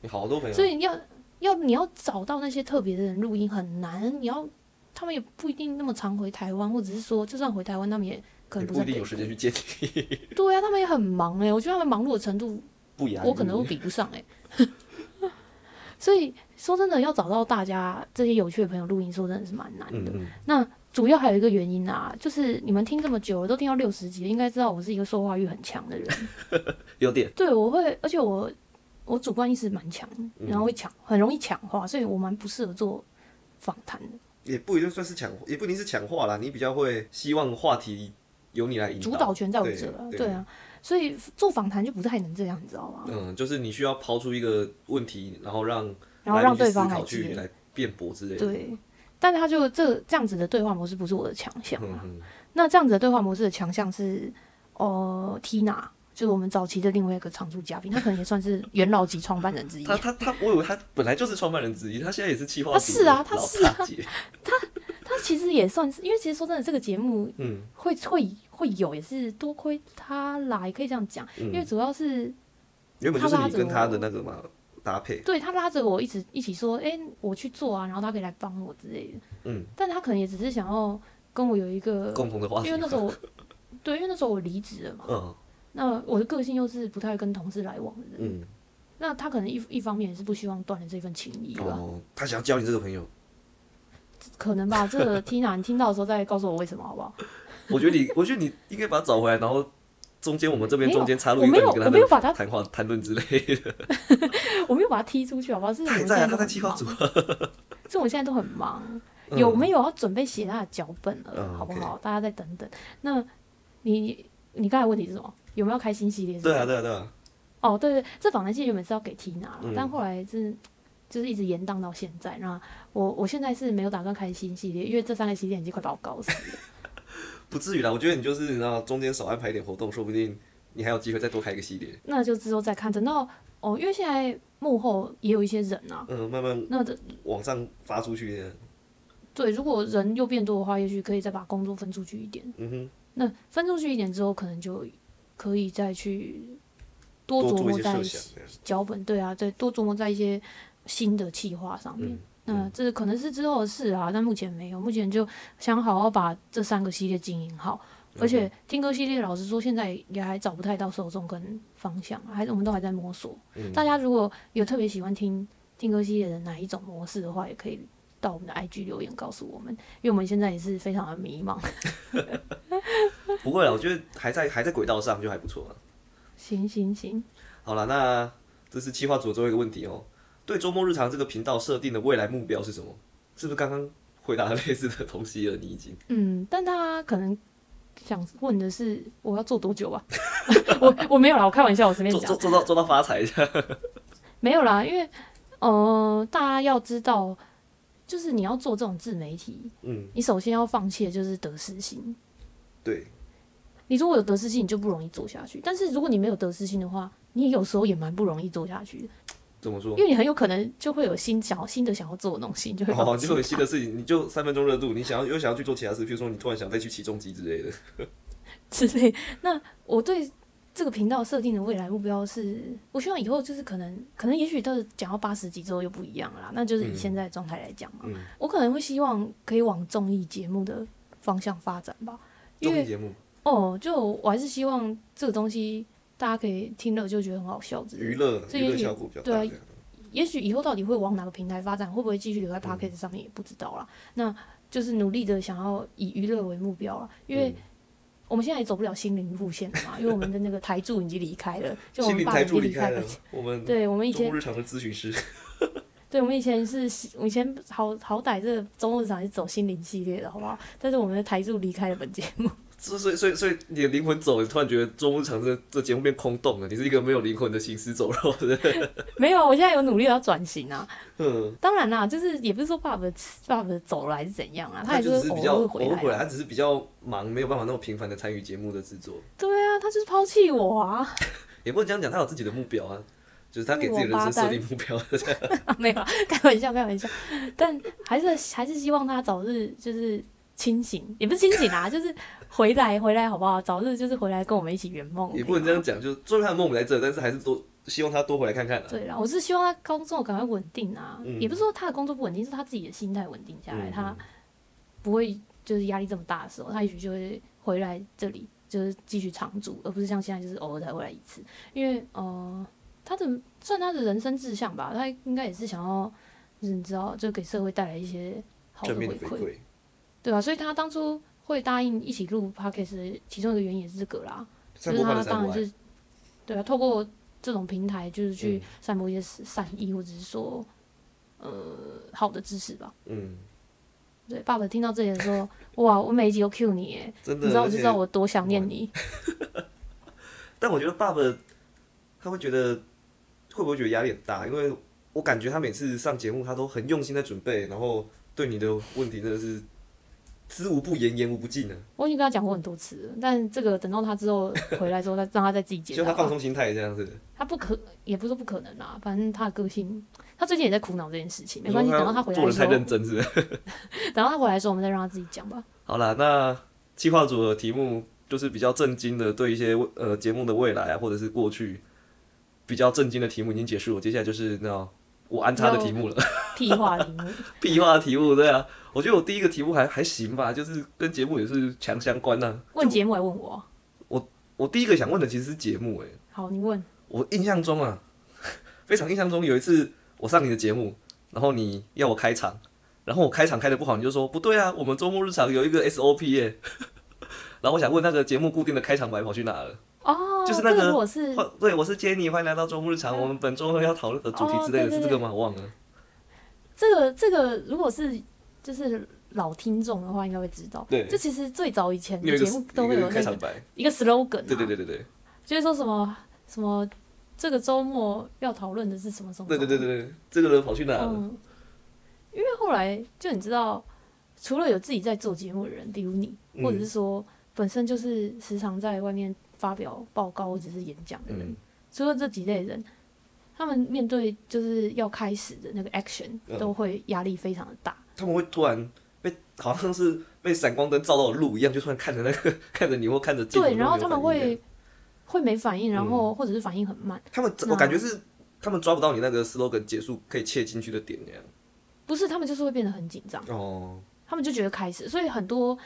你好多朋友，
所以你要要你要找到那些特别的人录音很难，你要他们也不一定那么常回台湾，或者是说就算回台湾，他们也可
也
能
不
在
一定
北
有
部
时间去接你，
对啊，他们也很忙哎、我觉得他们忙碌的程度，
不雅于
我可能都比不上哎、 所以说真的，要找到大家这些有趣的朋友录音，说真的是蛮难
嗯
的。
嗯，
那主要还有一个原因啊，就是你们听这么久了，都听到六十集了，应该知道我是一个说话欲很强的人。
有点，
对，我会，而且我我主观意识蛮强，
嗯
然后会抢，很容易抢话，所以我蛮不适合做访谈的，
也不一定算是抢，也不一定是抢话啦，你比较会希望话题由你来引
主导权在我这
对
啊，
对
对啊，所以做访谈就不太能这样，你啊知道吗？
嗯，就是你需要抛出一个问题，然后让
然
来
后
宾
让对
去思
方
考
来
去
接，
来辩驳之类的。
对。但是他就这这样子的对话模式不是我的强项
嗯
啊。
嗯
那这样子的对话模式的强项是，呃，Tina，就是我们早期的另外一个常驻嘉宾，他可能也算是元老级创办 人之一。
嗯他他他，我以为他本来就是创办人之一，他现在也是企划
他
组
是
的
啊他
老
是
大姐。
他其实也算是，因为其实说真的，这个节目
嗯，
会会会有，也是多亏他来，可以这样讲，
嗯
因为主要是
原本就是
他拉
你
着
跟他
我
的那个嘛搭配。
对他拉着我一直一起说，哎、我去做啊，然后他可以来帮我之类的，
嗯，
但他可能也只是想要跟我有一个，
共同的话题。
因为那时候我， 对，因为那时候我离职了嘛，
嗯
那我的个性又是不太跟同事来往的人，
嗯
那他可能一一方面也是不希望断了这份情谊吧，
哦，他想要交你这个朋友，
可能吧，这个 Tina 你听到的时候再告诉我为什么好不好？
我觉得你， 我觉得你应该把他找回来，然后中间我们这边
没有
中间插入
我
一
没
段
有
你跟他
我没有把
的
他
谈话谈论之类的。
我没有把他踢出去好不好？是我
他
们
也
现
在啊，
都
他在
很
企划
忙
组啊。
所以我们现在都很忙，
嗯
有没有要准备写他的脚本了，
嗯
好不
OK
好？大家再等等。那你你刚才问题是什么？有没有开新系列是不
对
是？
啊，对啊，对啊。
哦，对对，这访谈系列原本是要给缇娜啦，
嗯
但后来是就是一直延宕到现在。那我我现在是没有打算开新系列，因为这三个系列已经快把我搞死了。
不至于啦，我觉得你就是你知道中间少安排一点活动，说不定你还有机会再多开一个系列。
那就之后再看，等到哦，因为现在幕后也有一些人啊。
嗯，慢慢
那这
往上发出去的。
对，如果人又变多的话，也许可以再把工作分出去一点。
嗯哼，
那分出去一点之后，可能就可以再去多
多
琢
做一
磨
些
在
设想。这样
脚本，对啊，再多琢磨在一些新的企划上面。
嗯
那这可能是之后的事啊，但目前没有，目前就想好好把这三个系列经营好。
嗯
而且听歌系列，老实说，现在也还找不太到受众跟方向，还是我们都还在摸索。
嗯
大家如果有特别喜欢听听歌系列的哪一种模式的话，也可以到我们的 IG 留言告诉我们，因为我们现在也是非常的迷茫。
不会了，我觉得还在还在轨道上就还不错了。
行行行，
好了，那这是企划组的最后一个问题哦。对周末日常这个频道设定的未来目标是什么？是不是刚刚回答了类似的东西了？你已经
嗯，但他可能想问的是，我要做多久吧？啊 我我没有啦，我开玩笑，我随便
做
讲
做。做到做到发财一下，
没有啦，因为呃，大家要知道，就是你要做这种自媒体，
嗯，
你首先要放弃的就是得失心。
对，
你如果有得失心，你就不容易做下去。但是如果你没有得失心的话，你有时候也蛮不容易做下去的，
怎么说
因？为你很有可能就会有新想要新的想要做的东西，你就会
哦，
放弃
就有新的事情，你就三分钟热度，你想要又想要去做其他事，比如说你突然想再去起重机之类的，
之类。那我对这个频道设定的未来目标是，我希望以后就是可能，可能也许到讲到八十集之后又不一样了啦，那就是以
嗯
现在的状态来讲嘛，
嗯
我可能会希望可以往综艺节目的方向发展吧，因
综艺
为
节目
哦，就我还是希望这个东西大家可以听了就觉得很好笑之类
娱
的。
乐
这
娱
也
乐
许
效果比较
对
大
啊
这样，
也许以后到底会往哪个平台发展，会不会继续留
嗯
在 p o c k e t 上面也不知道啦。那就是努力的想要以娱乐为目标啦，因为
嗯
我们现在也走不了心灵路线了 嘛，因为我们的那个台柱已经离开了，就我
心
们
灵
爸
台
已经
柱离
离
开
了
了。，嗯我们
对我们以
周
前
末，日常的咨询师，
对我们以前是，我以前好好歹这个周末场是走心灵系列的，好不好？但是我们的台柱离开了本节目，
所以所以所以你的灵魂走，你突然觉得周末日常这这节目变空洞了，你是一个没有灵魂的行尸走肉的人，
没有，啊我现在有努力要转型啊。
嗯，
当然啦，就是也不是说爸爸爸爸走了还是怎样啊，他也
就只
是
是
偶
比较
尔会
偶尔
回
回
来
来，
啊。
他只是比较忙，没有办法那么频繁的参与节目的制作，
对啊，他就是抛弃我啊。
也不能这样讲，他有自己的目标啊，就是他给自己人生设定目标，
啊， 没有啊，开玩笑，开玩笑。但还是还是希望他早日就是清醒，也不是清醒 啊，就是回来回来好不好？早日就是回来跟我们一起圆梦。
也不能这样讲，就是虽然他的梦我们在这，但是还是多希望他多回来看看啊，
对啦，我是希望他工作赶快稳定啊，
嗯
也不是说他的工作不稳定，是他自己的心态稳定下来，
嗯
他不会就是压力这么大的时候，他也许就会回来这里，就是继续常驻，而不是像现在就是偶尔才回来一次。因为呃，他的算他的人生志向吧，他应该也是想要，就是你知道，就给社会带来一些好的
正
回
面的
馈，
馈，
对啊吧、所以他当初会答应一起录 podcast 的其中一个原因也是这个啦，就
散
是
播快乐
他
散
当
播爱，
然是，对啊，透过这种平台，就是去
嗯
散播一些善意，或者是说，呃，好的知识吧。
嗯，
对，爸爸听到这里的时候，哇，我每一集都 Q 你耶，
真的，
你知道
而
我就
且嗯
知道我多想念你。
但我觉得爸爸他会觉得会不会觉得压力很大？因为我感觉他每次上节目，他都很用心在准备，然后对你的问题真的是知无不言，言无不尽啊，
我已经跟他讲过很多次了，但这个等到他之后回来之后，再让他再自己
希
解
望
答
他放
吧。
松心态这样子。
他不可，也不是说不可能啦，反正他的个性，他最近也在苦恼这件事情，没
你
关系，
说
等到他回来
做
的
人
时
太
候，
认真是不是。
等到他回来的时候，我们再让他自己讲吧。
好啦，那企划组的题目就是比较震惊的，对一些呃节目的未来啊，或者是过去比较震惊的题目已经结束了，接下来就是那种我安插的题目了。
屁话题目，
屁话题目，对啊，我觉得我第一个题目还还行吧，就是跟节目也是强相关呐、
问节目还问我，
我第一个想问的其实是节目、欸，
好，你问，
我印象中啊， 非常印象中有一次我上你的节目，然后你要我开场，然后我开场开的不好，你就说不对啊，我们周末日常有一个 SOP 耶、 然后我想问那个节目固定的开场白跑去哪了？
哦，
就是那
这
个
如果是
欢对，我是 Jenny，欢迎来到周末日常。我们本周要讨论的主题之类的、
哦对对
是这个吗？我忘了。
这个这个，如果是就是老听众的话，应该会知道。
对
这其实最早以前
你有一个
节目都会
有一
有
个
那
开场
个
白，
一个 slogan，、啊、
对对对对对
就是说什么什么这个周末要讨论的是什么什么
对对对对，对，这个人跑去哪了？
嗯，因为后来就你知道，除了有自己在做节目的人，比如你，
嗯
或者是说本身就是时常在外面发表报告或者是演讲的人，
嗯
除了这几类人，他们面对就是要开始的那个 action
嗯
都会压力非常的大。
他们会突然被好像是被闪光灯照到的路一样，就突然看着那个 看着你或看着镜头，
对，然后他们
都没有反应啊嗯
会会没反应，然后或者是反应很慢。
他们
那
我感觉是他们抓不到你那个 slogan 结束可以切进去的点那样。
不是，他们就是会变得很紧张，
哦，
他们就觉得开始，所以很多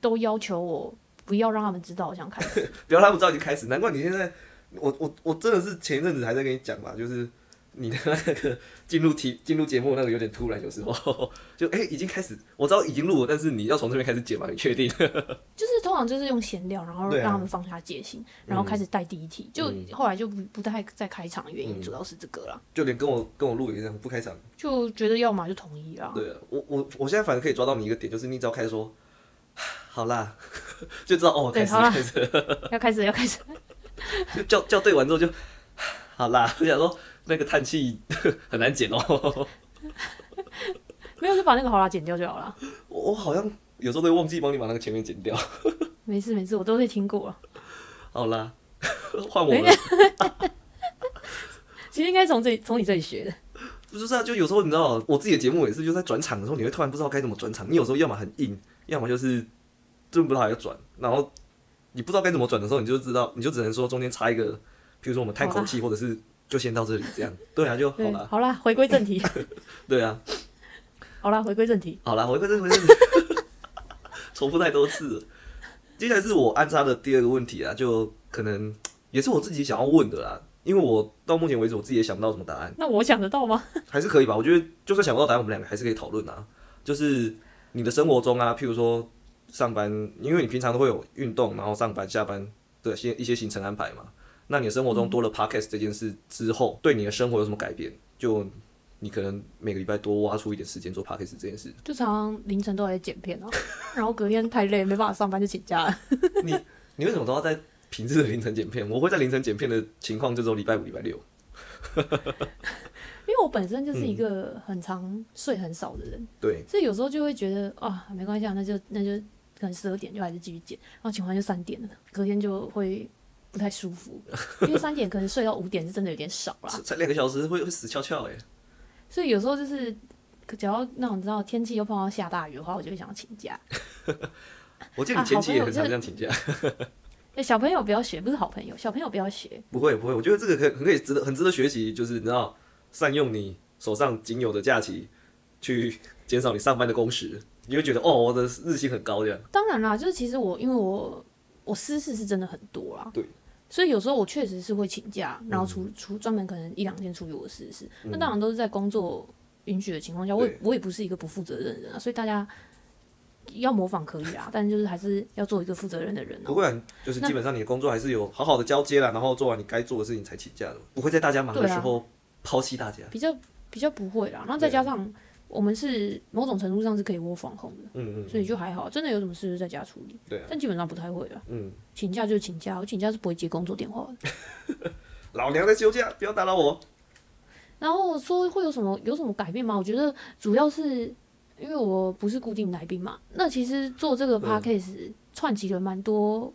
都要求我不要让他们知道我想开 始。
不要让我知道已经开始，难怪你现在，我我我真的是前一阵子还在跟你讲嘛，就是你的那个进入题进入节目那个有点突然，有时候 就哎、已经开始，我知道已经录了，但是你要从这边开始剪嘛，你确定？
就是通常就是用闲聊，然后
对啊
让他们放下戒心，然后开始带第一题。
嗯
就后来就不不太再开场，原因
嗯
主要是这个啦，
就连跟我跟我录也这样，不开场。
就觉得要么就统一啦。
对啊，我我我现在反正可以抓到你一个点，就是你只要开始说，好啦， 就知道哦，开
对，
始
好啦
开始，，
要开始要开始，
就校校对完之后就，好啦，我想说那个叹气 很难剪哦，
没有就把那个好啦剪掉就好了。
我我好像有时候会忘记帮你把那个前面剪掉。
没事没事，我都是听过了。
好啦， 换我了。
其实应该从这里从你这里学的。
不就是啊，就有时候你知道，我自己的节目也是，就在转场的时候，你会突然不知道该怎么转场。你有时候要么很硬，要么就是真不知道还要转，然后你不知道该怎么转的时候，你就知道，你就只能说中间插一个，比如说我们叹口气，或者是就先到这里这样。对啊，就好
对，
啦，
好啦，回归正题。
对啊，
好啦，回归正题。
好啦，我这这回正， 重复太多次了。接下来是我安插的第二个问题啊，就可能也是我自己想要问的啦，因为我到目前为止我自己也想不到什么答案。
那我想得到吗？
还是可以吧。我觉得就算想不到答案，我们两个还是可以讨论啊。就是你的生活中啊，譬如说上班，因为你平常都会有运动，然后上班、下班的些一些行程安排嘛。那你的生活中多了 podcast 这件事之后，对你的生活有什么改变？就你可能每个礼拜多挖出一点时间做 podcast 这件事。
就常常凌晨都还在剪片啊，然后隔天太累没办法上班就请假了。
你为什么都要在平日的凌晨剪片？我会在凌晨剪片的情况就只有礼拜五、礼拜六。
因为我本身就是一个很常睡很少的人，
对，
所以有时候就会觉得啊，没关系啊，那就那就可能十二点就还是继续剪，然后剪完就三点了，隔天就会不太舒服，因为三点可能睡到五点是真的有点少啦。
才才两个小时会会死翘翘哎。
所以有时候就是，只要那种你知道天气又碰到下大雨的话，我就会想要请假。
我记得
啊
你前期也
好朋友
很常
就
这样请假。
对，哎小朋友不要学，不是好朋友，小朋友不要学。
不会不会，我觉得这个可很可以值得很值得学习，就是你知道善用你手上仅有的假期去减少你上班的工时，你会觉得哦我的日薪很高这样。
当然啦，就是其实我因为我我私事是真的很多啦，
对，嗯
所以有时候我确实是会请假，然后出出专门可能一两天处理我的私事。那当然都是在工作允许的情况下，我也
对
我也不是一个不负责任的人啊，所以大家要模仿可 以啊，但就是还是要做一个负责任的人
不
哦、
会啊，就是基本上你的工作还是有好好的交接啦，然后做完你该做的事情才请假的，不会在大家忙的
对啊
时候抛弃大家。
比较比较不会啦。然后再
对啊
加上我们是某种程度上是可以窝防控的，
嗯嗯
所以就还好，真的有什么事就在家处理，
对啊，
但基本上不太会啦。
嗯，
请假就请假，我请假是不会接工作电话的。
老娘在休假，不要打扰我。
然后说会有什么有什么改变吗？我觉得主要是因为我不是固定来宾嘛，那其实做这个
嗯
podcast 串起了蛮多，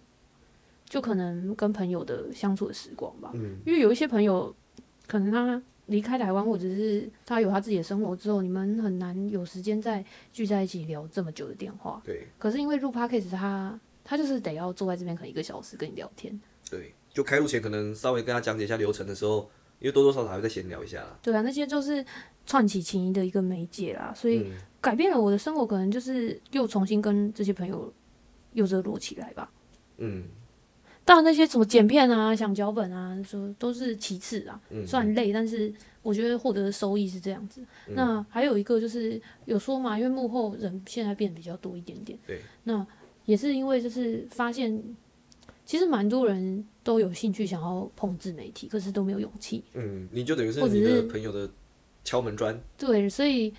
就可能跟朋友的相处的时光吧。
嗯
因为有一些朋友，可能他离开台湾，或者是他有他自己的生活之后，你们很难有时间再聚在一起聊这么久的电话。
对
可是因为录 podcast，他他就是得要坐在这边可能一个小时跟你聊天。
对，就开录前可能稍微跟他讲解一下流程的时候，因为多多少少还会再闲聊一下啦。
对啊，那些就是串起情谊的一个媒介啦，所以
嗯
改变了我的生活，可能就是又重新跟这些朋友又热络起来吧。
嗯
当然，那些什么剪片啊、想脚本啊，说都是其次啊，
嗯，
虽然累，但是我觉得获得的收益是这样子。
嗯
那还有一个就是有说嘛，因为幕后人现在变得比较多一点点，
对，
那也是因为就是发现，其实蛮多人都有兴趣想要碰自媒体，可是都没有勇气。
嗯，你就等于是
或者
你的
是
朋友的敲门砖，
对，所以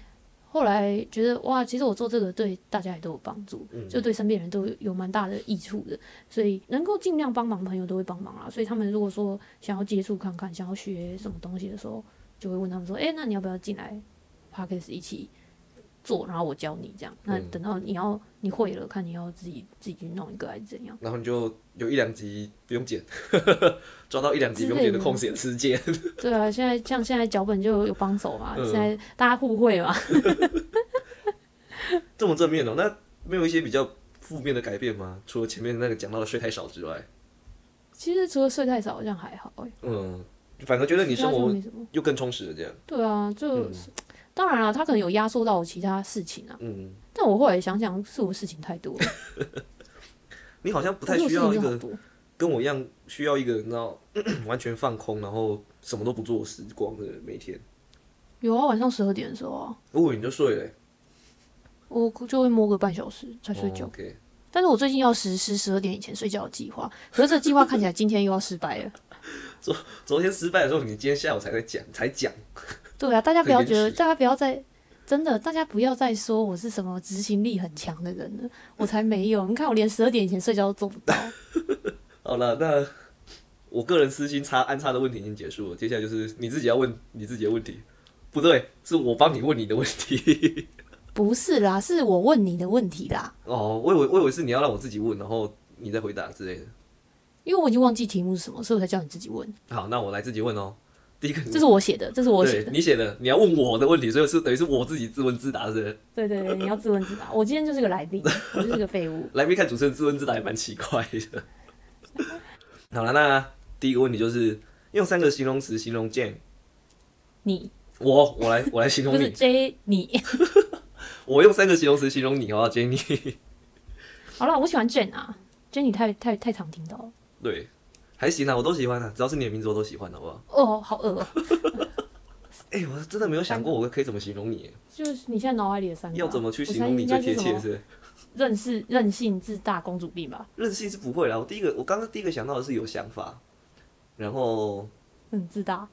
后来觉得哇，其实我做这个对大家也都有帮助，
嗯
就对身边人都有有蛮大的益处的。所以能够尽量帮忙的朋友都会帮忙啦。所以他们如果说想要接触看看，想要学什么东西的时候，就会问他们说：“哎、那你要不要进来 p a c k a g e 一起做？然后我教你这样。那
嗯
等到你要你会了，看你要自己自己去弄一个还是怎样。”
然后你就有一两集不用剪， 抓到一两集不
之
用
类
剪的
的
空闲时间。
对啊，现在像现在脚本就有帮手嘛，
嗯
现在大家互惠嘛。
这么正面哦，那没有一些比较负面的改变吗？除了前面那个讲到的睡太少之外，
其实除了睡太少，好像还好哎、
嗯，反而觉得你生
其他就
活
没什么。
又更充实了这样。
对啊，就、
嗯
当然了，他可能有压缩到我其他事情啊，
嗯，
但我后来想想，是我事情太多了，
你好像不
不
太需要一个
多。
跟我一样需要一个，你知道， 完全放空，然后什么都不做的时光的每天。
有啊，晚上十二点的时候啊，
哦，你就睡了欸、
我就会摸个半小时才睡觉。
哦 OK，
但是我最近要实施十二点以前睡觉的计划，可是这个计划看起来今天又要失败了。
昨天失败的时候，你今天下午才在讲，才讲。
对啊，大家不要觉
很
得，
严
大家不要再真的，大家不要再说我是什么执行力很强的人了，我才没有。你看我连十二点以前睡觉都做不到。
好了，那我个人私心插安插的问题已经结束了，接下来就是你自己要问你自己的问题。不对，是我帮你问你的问题。
不是啦，是我问你的问题啦，
哦，我以为我以为是你要让我自己问，然后你再回答之类的。
因为我已经忘记题目是什么，所以我才叫你自己问。
好，那我来自己问哦。第一个，
这是我写的，这是我写
对
的。
你写的，你要问我的问题，所以是等于是我自己自问自答是不是
对对对，你要自问自答。我 今天就是个来宾，我就是个废物。
来宾看主持人自问自答也蛮奇怪的。 好了，那第一个问题就是用三个形容词形容 Jane。
你
我我来我来形
不
容
是
你，
J 你。
我用三个形容词形容你好不好，Jenny？
好了，我喜欢 Jane 啊，Jane 太太太常听到了。
对，还行啦，我都喜欢啦，啊只要是你的名字我都喜欢，好不好？
哦，好饿、哦，
哎、我真的没有想过我可以怎么形容你，
就是你现在脑海里的三个啊、
要怎么去
哦我
形
猜
容你
应该
最贴
是
切
什么
是？
任性任性自大公主病吧，
任性是不会啦，我第一个我刚刚第一个想到的是有想法，然后
很嗯自大。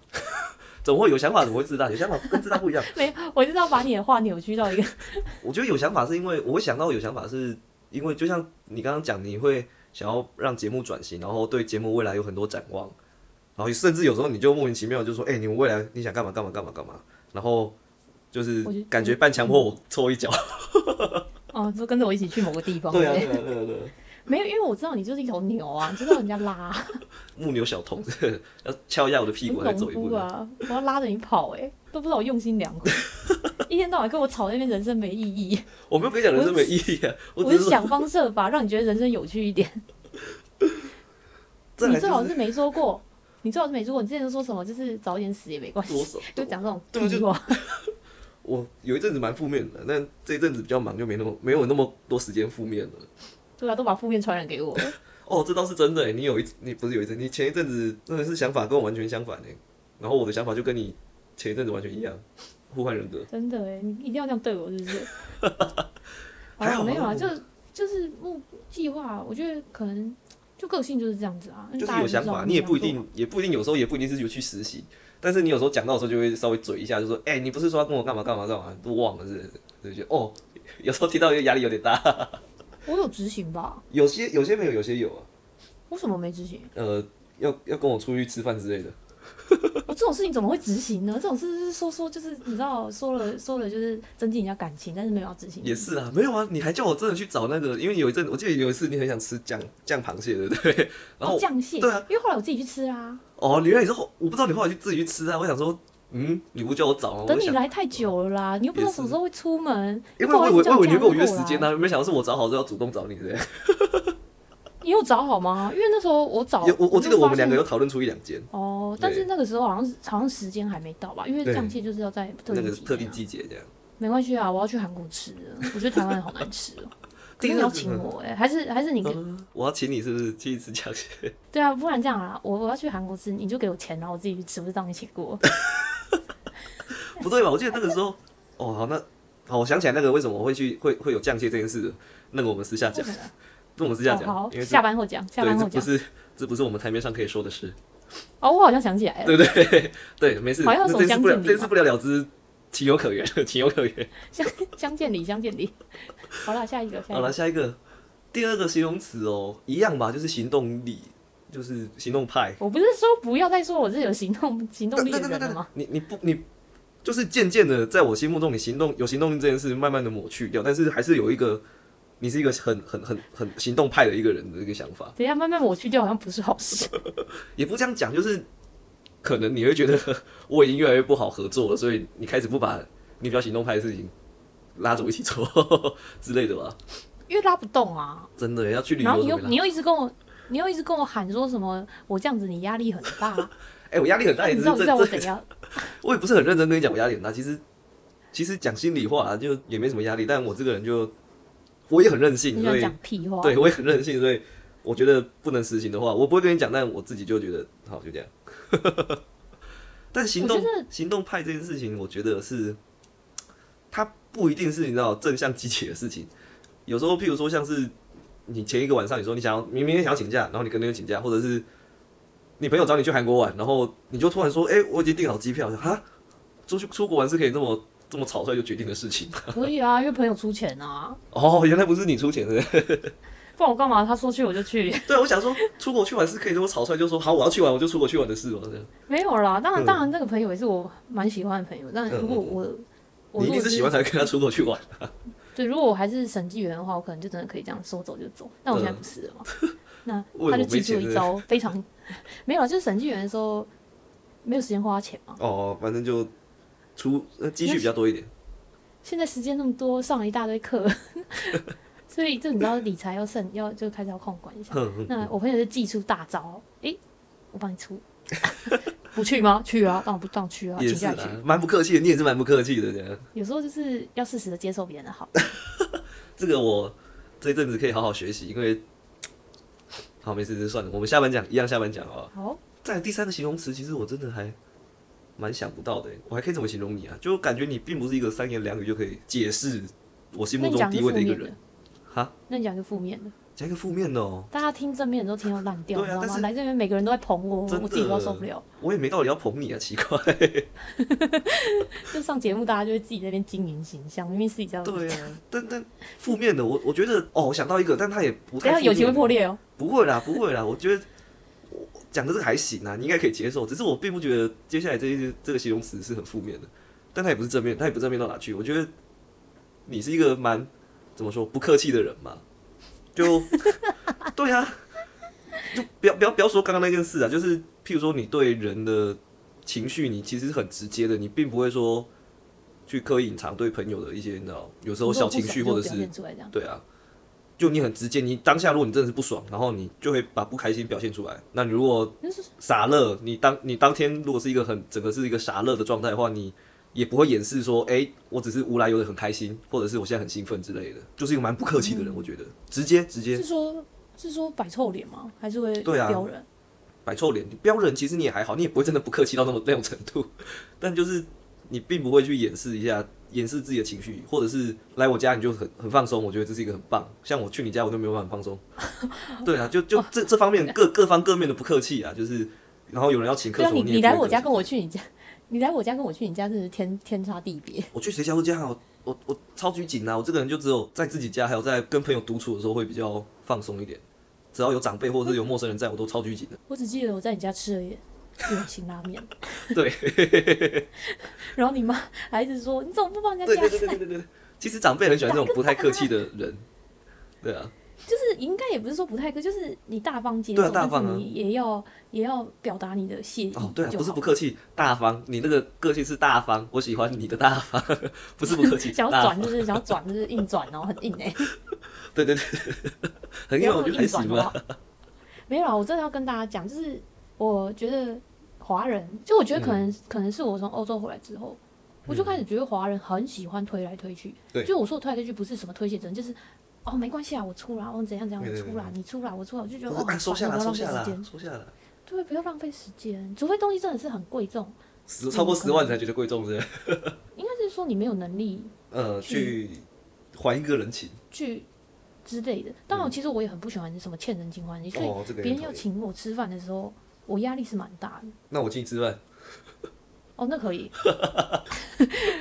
怎么会有想法？怎么会自大？有想法跟自大不一样。
没，我就是要把你的话扭曲到一个，
我觉得有想法是因为我会想到有想法，是因为就像你刚刚讲，你会想要让节目转型，然后对节目未来有很多展望，然后甚至有时候你就莫名其妙就说：“哎、你们未来你想干嘛干嘛干嘛干嘛？”然后就是
我觉得
感觉半强迫我抽一脚。
哦，就跟着我一起去某个地方。
对啊，
不
对啊，对啊，对啊。
没有，因为我知道你就是一头牛啊，你知道人家拉，
木牛小童 要敲一下我的 屁股才
农
走一步
夫。啊，我要拉着你跑、欸，都不知道我用心良 苦，一天到晚跟我吵在那边，人生没意义。
我没有跟你讲人生没意义啊，我只
我是
是说
想方设法让你觉得人生有趣一 点。
再
你
来就
最好
是
是没说过，你最好是没说过。你之前都说什么，就是早点死也没关
多
系，
少。
就讲这种
对啊就
屁话。
我有一阵子蛮负面的，但这一阵子比较忙，就没那么没有那么多时间负面了。
对啊，都把负面传染给我了。
哦，这倒是真的欸。你有一你不是有一阵，你前一阵子真的是想法跟我完全相反哎。然后我的想法就跟你前一阵子完全一样，互换人格。
真的哎，你一定要这样对我，是 不是？好
还好
啦，
吧
没有啊，
我
就就是目计划，我觉得可能就个性就是这样子啊，因为
就是
大家
有
都
想
知道
法，
我
你也不一
这样
定，也不一定，有时候也不一定是有去实习，但是你有时候讲到的时候就会稍微嘴一下，就说：“哎、你不是说要跟我干嘛干嘛干嘛？都忘了是不是？”就觉得哦，有时候听到就压力有点大。
做，我有执行吧？
有些有些没有，有些有啊。
我什么没执行？
呃，要要跟我出去吃饭之类的，
我这种事情怎么会执行呢？这种事是说说就是你知道说了说了就是增进人家感情，但是没有要执行。
也是啊，没有啊，你还叫我真的去找那个，因为有一阵我记得有一次你很想吃酱酱螃蟹，对不 对？然后
哦酱蟹，
对啊
因为后来我自己去吃啊，
哦，原来你是后，我不知道你后来去自己去吃啊。我想说，嗯，你不叫我找吗？我
等
就
你
想，
来太久了啦，你又不知道什么时候会出门，
因
又
为我以
不
为
知道
我以为你会跟
要
我
这
约
样
时间啊
过来
呢、没想到是我找好之后要主动找你的。
你有找好吗？因为那时候我找
有，我我记得
就
我们两
哦发现
个有讨论出一两间，
哦，但
对
是那个时候好像是好像时间还没到吧，因为
对
酱蟹就是要在特
那
定
个
几
特定
天啊
季节这样。
没关系啊，我要去韩国吃了，我觉得台湾人好难吃 哦。可
第
是
一
你要
个是
请我哎、还是还是你给、
啊嗯， 我要请你是不是去吃酱蟹？
对啊，不然这样啊，我我要去韩国吃，你就给我钱，然后我自己去吃，不是让你请 过？
不对吧？我记得那个时候，哦，好那。好，我想起来那个为什么会去会会有酱蟹这件事了，那个我们私下
为
讲，
什么？
那我们私下讲，
哦 好，
因为
下
这
班后讲，下
对
班
这
后
不
讲。
是这不是我们台面上可以说的事，
哦，我好像想起来了，
对不对？ 对，没事，
好像有
那
什么
这次不了
将近
这
礼
次
貌
不了了之，情有可原， 情有可原。
相相见礼，相见礼。好了，下一个，下
好
一
了，
个。
下一个第二个形容词哦，一样吧，就是行动力，就是行动派。
我不是说不要再说我是有行动行动力的人了吗？
你你不你就是渐渐的，在我心目中，你行动有行动力这件事，慢慢的抹去掉，但是还是有一个，你是一个很很很很行动派的一个人的一个想法，
等一下慢慢抹去掉，好像不是好事。
也不这样讲，就是可能你会觉得我已经越来越不好合作了，所以你开始不把你比较行动派的事情拉着我一起做 之类的吧。
因为拉不动啊，
真的要去旅
然
游
后你
怎
又
么拉
你？又一直跟我，你又一直跟我喊说什么我这样子你压力很大啊，
哎、我压力很大，也
你
只
知
是
道你
这
知道我
这
怎样？
我也不是很认真跟你讲，我压力很大。其实，其实讲心里话啦，就也没什么压力，但我这个人就我也很任性，
你
所
想
以
讲屁话，
对我也很任性，所以我觉得不能实行的话，我不会跟你讲，但我自己就觉得好就这样。 但行动
我觉得
行动派这件事情，我觉得是它不一定是你知道正向积极的事情，有时候譬如说像是你前一个晚上你说你想要明明天想要请假，然后你跟天就请假，或者是你朋友找你去韩国玩，然后你就突然说，哎、我已经订好机票，我想哈，出去出国玩是可以这么这么草率就决定的事情。
可以啊，因为朋友出钱啊，
哦，原来不是你出钱的。
不然我干嘛？他说去我就去，
对，我想说出国去玩是可以这么草率就说好我要去玩，我就出国去玩的事嘛。这样
没有啦。当
嗯
然，当然，这个朋友也是我蛮喜欢的朋友，但如果我我
你一
如
定
果
是喜欢才跟他出国去玩。
对，如果我还是审计员的话，我可能就真的可以这样说走就走。但我现在不是 了嘛，那
嗯为
他
什
就
么没
记
钱
住一
呢？
招非常没有啦，啊就是审计员的时候没有时间花钱嘛。
哦，反正就出呃积蓄比较多一点。
现在时间那么多，上了一大堆课， 所以这你知道理财要慎，要就开始要控管一下。
哼哼，
那我朋友就寄出大招，诶、我帮你出， 不去吗？去啊，当然不当然去啊，
也
请
是
假也
啦
去。，
蛮不客气的，你也是蛮不客气的这样。
有时候就是要适时的接受别人的好，
这个我这一阵子可以好好学习，因为好没事，这算了，我们下班讲一样下班讲啊。
好
再来第三个形容词，其实我真的还蛮想不到的，我还可以怎么形容你啊？就感觉你并不是一个三言两语就可以解释我心
那
目中
你讲一
地
个
位
负
的一个
面
人
的。，
哈，
那你讲一个负面的，
讲一个负面的哦。
大家听正面的都听到烂掉，
对啊
你知道
但
吗？
是
来这边每个人都在捧我，
真的
我自己都受不了。
我也没道理要捧你啊，奇怪。
就上节目，大家就会自己在那边经营形象，明明私底下都不
对
讲。
啊， 但但负面的，我我觉得哦，我想到一个，但他也不
等一
太
下
负
友情会
面
破裂哦。
不会啦，不会啦，我觉得我讲的这个还行啊，你应该可以接受。只是我并不觉得接下来这一这个形容词是很负面的，但它也不是正面，它也不正面到哪去。我觉得你是一个蛮怎么说不客气的人嘛，就对啊，就不要不要不要说刚刚那件事啊，就是譬如说你对人的情绪，你其实是很直接的，你并不会说去刻意隐藏对朋友的一些你知道，有时候小情绪或者
你
是
如果不爽就表现出来这样。
对啊，就你很直接，你当下如果你真的是不爽，然后你就会把不开心表现出来。那你如果
就是
傻乐，你当你当天如果是一个很整个是一个傻乐的状态的话，你也不会掩饰说，哎、我只是无来由的很开心，或者是我现在很兴奋之类的，就是一个蛮不客气的人，我觉得直接直接
是说，是说摆臭脸吗？还是会
对啊
飙人？
摆臭脸，你标人其实你也还好，你也不会真的不客气到那么那种程度， 但就是你并不会去掩饰一下。掩饰自己的情绪，或者是来我家你就很很放松，我觉得这是一个很棒。像我去你家，我就没有办法放松。 对啊，就
哦
就这这方面各各方各面的不客气啊，就是然后有人要请客
对啊，
什么，
你
你也
你
不会
来我家
客气
跟我去你家， 你来我家跟我去你家，真是天天差地别。
我去谁家都这样，我我我超拘谨啊！我这个人就只有在自己家，还有在跟朋友独处的时候会比较放松一点。只要有长辈或者是有陌生人在，我都超拘谨的。
我只记得我在你家吃了一碗辛拉面，
对，
然后你妈还一直说你怎么不帮人家
对
加
对对对对对对，其实长辈很喜欢这种不太客气的人。对啊，
就是应该也不是说不太客气，就是你大方接受，
对啊大方啊
但是你也要也要表达你的谢意就好。
哦对啊，不是不客气，大方。你那个个性是大方，我喜欢你的大方， 不是不客 气，
想要
大
转就是想要转就是硬转哦，很硬哎、
对对对， 很
不
有
要
我觉
那
得
么
还
硬转哦
行
好不
吧
好。？没有啊啦，我真的要跟大家讲，就是我觉得华人，就我觉得可
嗯
能、可能是我从欧洲回来之后，我就开始觉得华人很喜欢推来推去。
对
就我说的推来推去不是什么推卸责任，就是哦没关系啊，我出啦，我怎样怎样，
对
我
对
出啦，你出啦，我出啦，我就觉得
我
哦
说啊，收下了，
算了
收
不要
下
浪费
了
时间，，
收下了，
对，不要浪费时间，除非东西真的是很贵重，
十超过十万才觉得贵重，是不是？
应该是说你没有能力
呃，去还一个人情。
去之类的。当然，其实我也很不喜欢什么欠人情还你，所以
嗯哦，这个
别
也
人要
讨厌。
请我吃饭的时候，我压力是蛮大的。
那我请你吃饭，
哦，那 可以，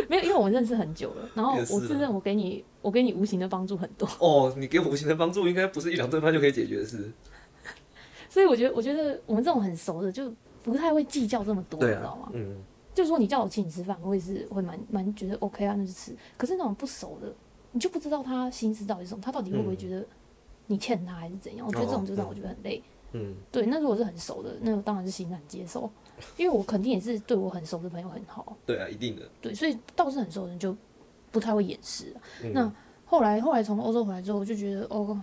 没有，因为我们认识很久了，然后
也是啊
我自认我给你，我给你无形的帮助很多，
哦，你给我无形的帮助，应该不是一两顿饭就可以解决的事。
所以我觉得，我觉得我们这种很熟的就不太会计较这么多，你知道吗？
嗯，
就是说你叫我请你吃饭，我也是会蛮蛮觉得 OK 啊，那就吃。可是那种不熟的，你就不知道他心思到底是什么，他到底会不会
嗯
觉得你欠他还是怎样？我觉得这种就让我觉得很累。
嗯，
对，那如果是很熟的，那当然是欣然接受，因为我肯定也是对我很熟的朋友很好。
对啊，一定的。
对，所以倒是很熟的人就不太会掩饰、啊。
嗯
那后来后来从欧洲回来之后，我就觉得哦，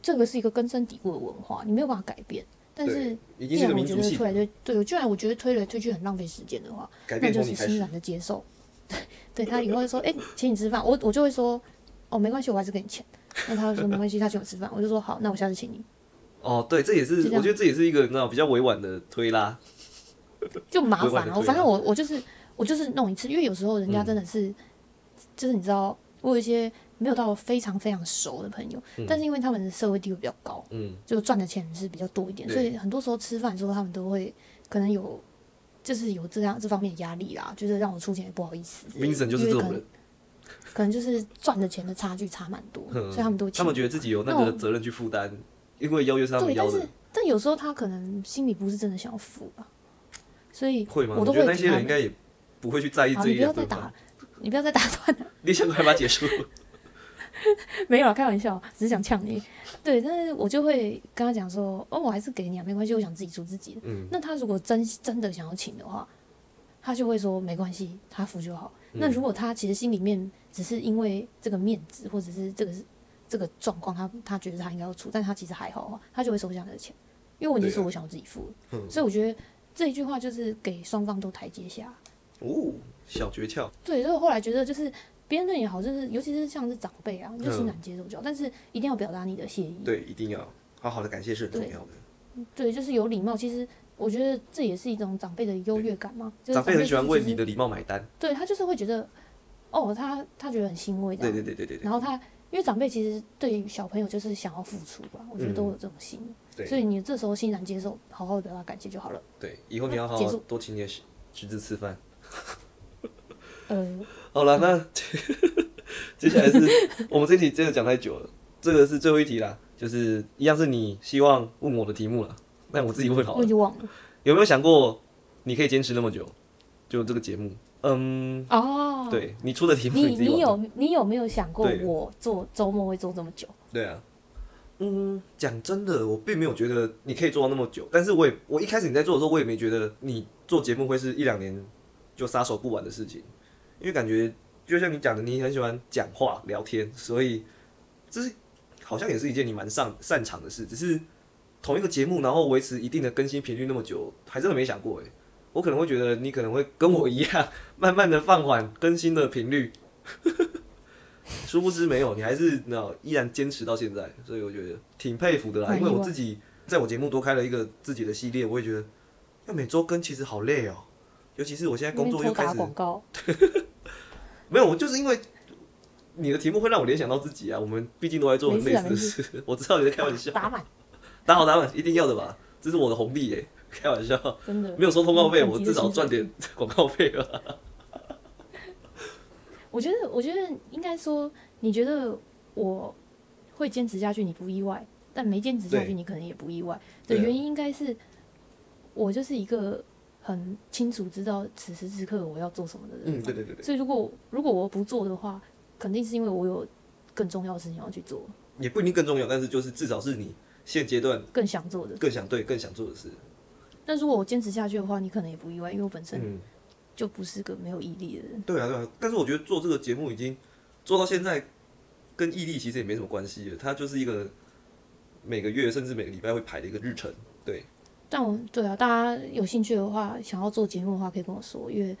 这个是一个根深蒂固的文化，你没有办法改变。但是
对，已经是
既
个
然我
民
觉
族
得
性
推来推对，既然我觉得推来推去很浪费时间的话，
改
那
变
就
从
是
你开
欣
始
然。的接受。对他以后会说，哎、请你吃饭，我我就会说，哦，没关系，我还是给你钱。那他就说没关系，他请我吃饭，我就说好，那我下次请你，
哦，对，这也是
就这样
我觉得这也是一个你知道比较委婉的推拉，
就麻
委婉
烦
地
了。
推
我
啊
反正我我就是我就是弄一次，因为有时候人家
嗯
真的是，就是你知道，我有一些没有到非常非常熟的朋友，
嗯
但是因为他们的社会地位比较高，
嗯，
就赚的钱是比较多一点，
对
所以很多时候吃饭的时候他们都会可能有。就是有这样这方面的压力啦，就是让我出钱也不好意思之类的。
冰神就是
因
这
为
种
可能
人，
可能就是赚的钱的差距差蛮多，
嗯
所以他们都
他们觉得自己有那个责任去负担，因为邀约是他们
对，
邀
但
的
是，但有时候他可能心里不是真的想要付吧，所以
会吗？
我都
觉
会
得那
请
些
他
人应
们
该也不会去在意
好，
这一
你不要
点，
再
对
打
吧
了？，你不要再打断了，
你想快把它结束，
没有了，开玩笑，只是想呛你。对，但是我就会跟他讲说，哦，我还是给你啊，没关系，我想自己出自己的。
嗯，
那他如果真真的想要请的话，他就会说没关系，他付就好。
嗯
那如果他其实心里面只是因为这个面子或者是这个这个状况，他他觉得他应该要出，但他其实还好的话，他就会收下那个钱，因为我已经
对啊
说我想要自己付了。
嗯
所以我觉得这一句话就是给双方都台阶下。
哦，小诀窍，
对，所以我后来觉得就是别人也好，就是尤其是像是长辈啊，就
嗯
欣然接受就好，但是一定要表达你的谢意。
对，一定要好好的感谢是很重
对
要的。
对，就是有礼貌。其实我觉得这也是一种长辈的优越感嘛，就是
长辈很喜欢为
就是
你的礼貌买单，
对他就是会觉得，哦，他他觉得很欣慰的。
对对对对对对，
然后他，因为长辈其实对于小朋友就是想要付出吧，我觉得都
嗯
有这种心，
对
所以你这时候欣然接受，好好地表达感谢就好了。
对，以后你要好
结
好
束
多请你的侄侄子吃饭。
呃，
好了，那 接下来 是我们这题真的讲太久了，这个是最后一题啦，就是一样是你希望问我的题目了，那我自己问好
我
了
已。经忘了。
有没有想过你可以坚持那么久？就这个节目，嗯，
哦，，
对你出的题目
你
自己玩
你有你有没有想过
对
我做周末会做这么久？
对啊，嗯，讲真的，我并没有觉得你可以做到那么久，但是我也我一开始你在做的时候，我也没觉得你做节目会是一两年就撒手不管的事情，因为感觉就像你讲的，你很喜欢讲话聊天，所以这是好像也是一件你蛮擅擅长的事，只是同一个节目然后维持一定的更新频率那么久，还真的没想过诶。我可能会觉得你可能会跟我一样，慢慢的放缓更新的频率， 殊不知没有，你还是那依然坚持到现在，所以我觉得挺佩服的啦。
蛮
因为
意
我
外
自己在我节目多开了一个自己的系列，我也觉得要每周更其实好累哦，尤其是我现在工作
因为
又
偷
开
打
始
广告，
没有，我就是因为你的题目会让我联想到自己啊。我们毕竟都在做很类似的
没事
事， 我知道你在开玩笑。
打满，
打好打满，一定要的吧？这是我的红利耶、开玩笑，
真的
没有收通告费，
嗯
我至少赚点广告费啊吧。
我觉得，我觉得应该说，你觉得我会坚持下去，你不意外；但没坚持下
对
去，你可能也不意外。的
对啊
原因应该是，我就是一个很清楚知道此时此刻我要做什么的人。
嗯，对对对对，
所以，如果如果我不做的话，肯定是因为我有更重要的事情要去做，
也不一定更重要，但是就是至少是你现阶段
更想做的。
更想对、更想做的事。
但如果我坚持下去的话，你可能也不意外，因为我本身
嗯，
就不是个没有毅力的人。
对啊对啊。但是我觉得做这个节目已经做到现在，跟毅力其实也没什么关系了，它就是一个每个月甚至每个礼拜会排的一个日程。对，
但我对啊，大家有兴趣的话，想要做节目的话，可以跟我说，因为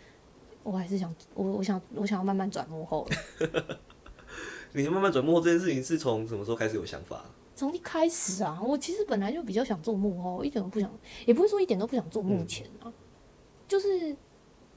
我还是想我我想我想要慢慢转幕后了。
你慢慢转幕后这件事情是从什么时候开始有想法？
从一开始啊，我其实本来就比较想做幕后，一点都不想，也不是说一点都不想做幕前啊，就是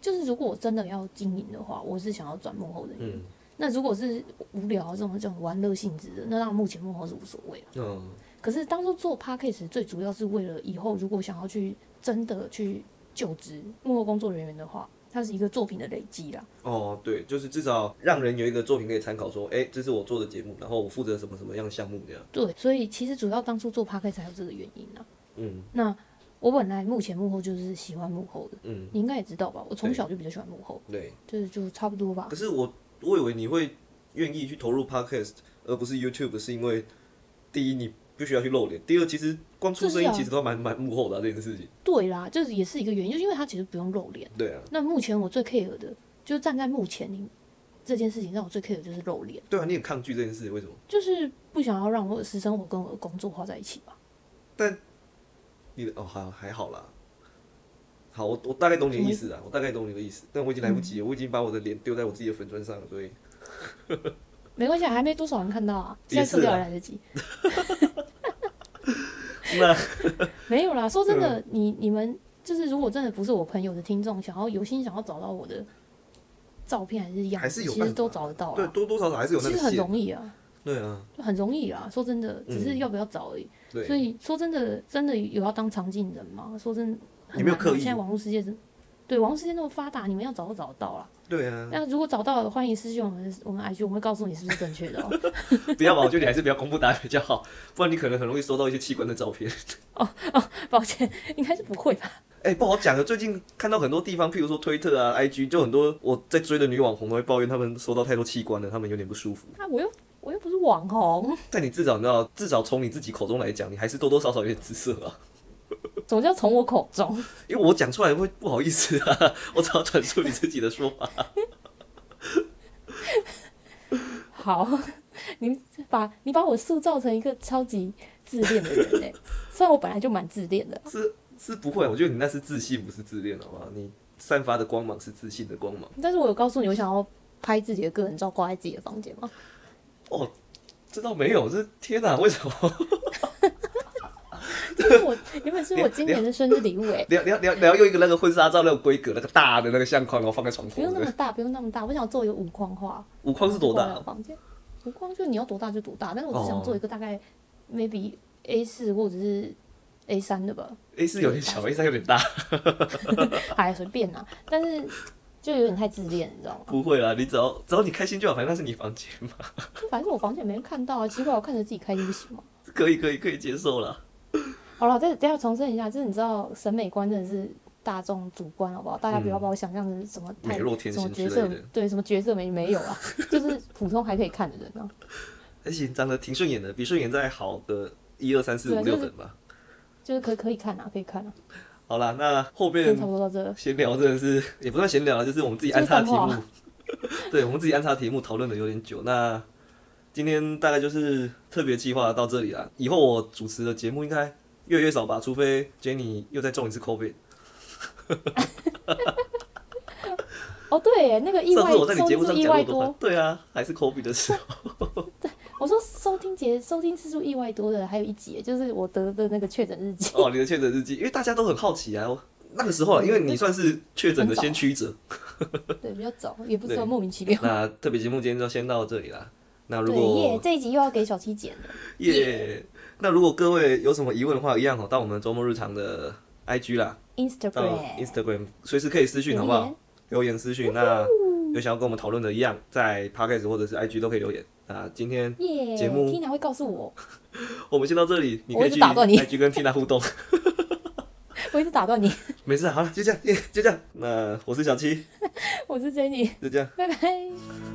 就是如果我真的要经营的话，我是想要转幕后的人。
嗯
那如果是无聊啊这种这种玩乐性质的，那让幕前幕后是无所谓啊。
嗯，
可是当初做 p a c k a g e 最主要是为了以后如果想要去真的去就职幕后工作人员的话，它是一个作品的累积啦。
哦，对，就是至少让人有一个作品可以参考，说，哎、这是我做的节目，然后我负责什么什么样的项目这样。
对，所以其实主要当初做 p a c k a g e 还有这个原因啊。
嗯
那我本来幕前幕后就是喜欢幕后的，
嗯，
你应该也知道吧？我从小就比较喜欢幕后，
对。
就是就差不多吧
可。是我我以为你会愿意去投入 podcast，而不是 YouTube，是因为第一你不需要去露脸，第二其实光出声音
这是啊
其实都蛮蛮幕后的、啊、这件事情。
对啦，这也是一个原因，就是因为他其实不用露脸。
对啊，
那目前我最 care 的，就是站在幕前你这件事情让我最 care 的就是露脸，
对啊，你很抗拒这件事，为什么？
就是不想要让我的私生活跟我的工作画在一起吧。
你的哦，还还好啦。好，我我大概懂你的意思啊，我大概懂你的意思，但我已经来不
嗯
及了，我已经把我的脸丢在我自己的粉砖上了，所以
没关系啊，还没多少人看到啊，现
也
在
是
撤掉
啊
也来得及。
那 嗯
没有啦，说真的，你你们就是如果真的不是我朋友的听众，想要有心想要找到我的照片还是样
还
子，
是有
其
办
实
法
都找得到
对
啦，
多多少少还是有那
啊其
个
实很
线，
容易啊，
对啊，
就很容易啦。说真的，只是
嗯
要不要找而已。
对，
所以说真的，真的有要当常进人吗？说真的，很
你没有
难啊
刻意
现在网络世界真，对网络世界那么发达，你们要找都找得到啦。
对 啊，
那如果找到了，欢迎私信我们的我们 IG，我们会告诉你是不是正确的哦。
不要吧，我觉得你还是不要公布答案比较好，不然你可能很容易收到一些器官的照片。
抱歉，应该是不会吧？
哎、不好讲啊！最近看到很多地方，譬如说推特啊、IG，就很多我在追的女网红都会抱怨，她们收到太多器官了，她们有点不舒服。
啊，我又我又不是网红，
但你至少你知道，至少从你自己口中来讲，你还是多多少少有点姿色啊。
总叫从我口中。
因为我讲出来会不好意思啊， 我只好转述你自己的说法。
好， 你把你把我塑造成一个超级自恋的人哎、 虽然我本来就蛮自恋的，
是是不会，我觉得你那是自信，不是自恋，好不好？你散发的光芒是自信的光芒。
但是我有告诉你，我想要拍自己的个人照，挂在自己的房间吗？
哦，这倒没有，这天哪、为什么？
这是我原本是我今年的生日礼物 哎、
你要你要你要你要用一个那个婚纱照那种规格，那个大的那个相框，然后放在床头
不用那
的
么。大，不用那么大，我想做一个无框画。
无框是多
挂在
大哦
我？房间无框就你要多大就多大，但是我只想做一个大概 maybe A 四或者是 A 三的吧。
A 四有点小，A 三有点大。
还哎随便啦、但是就有点太自恋，你知道吗？
不会啦，你只要只要你开心就好，反正那是你房间嘛，
就反正我房间没人看到啊，奇怪，我看着自己开心不行吗？
可以可以可以接受啦。
好了，再再要重申一下，就是你知道审美观真的是大众主观，好不好？大家不要把我想象成什么
嗯
太
美若天
什么
仙之
角色
类的，
对什么角色没没有啊，就是普通还可以看的人啊。
而且哎长得挺顺眼的，比顺眼再好个一二三四
对
五六
就是
等吧。
就是可以可以看啊，可以看啊，
好啦，那后
今天
面
差不多到这了。
闲聊真的是也不算闲聊啦，就是我们自己安插的题
就是
目， 对我们自己安插的题目讨论的有点久。那今天大概就是特别计划到这里啦，以后我主持的节目应该越来越少吧，除非 Jenny 又再中一次 COVID。
哦，对耶，那个意
上
外
次我在你
收
节
听
目
数
上
意
讲
外
过多
多
吧，，对啊，还是 COVID 的时候。
我说收听节收听次数意外多的还有一集耶，就是我得的那个确诊日记。
哦，你的确诊日记，因为大家都很好奇啊。我那个时候啊，因为你算是确诊的先驱者，
对，比较早，啊也不知道
对
莫名 其妙。
那特别节目今天就先到这里啦。那如
对耶，
果
这一集又要给小七剪了。
耶那如果各位有什么疑问的话，一样哦，到我们周末日常的 IG 啦，到
Instagram，
Instagram 随时可以私讯，好不
留
好
言？
留言私讯，那有想要跟我们讨论的，一样在 Podcast 或者是 IG 都可以留言。那今天
耶
节目
，Tina 会告诉我，
我们先到这里，你可
我一
以
直
去
打断你
IG 跟 Tina 互动。
我一直打断你。
没事啊，好了，就这样，耶就这样。那我是小七，
我是 Jenny，
就这样。
拜拜。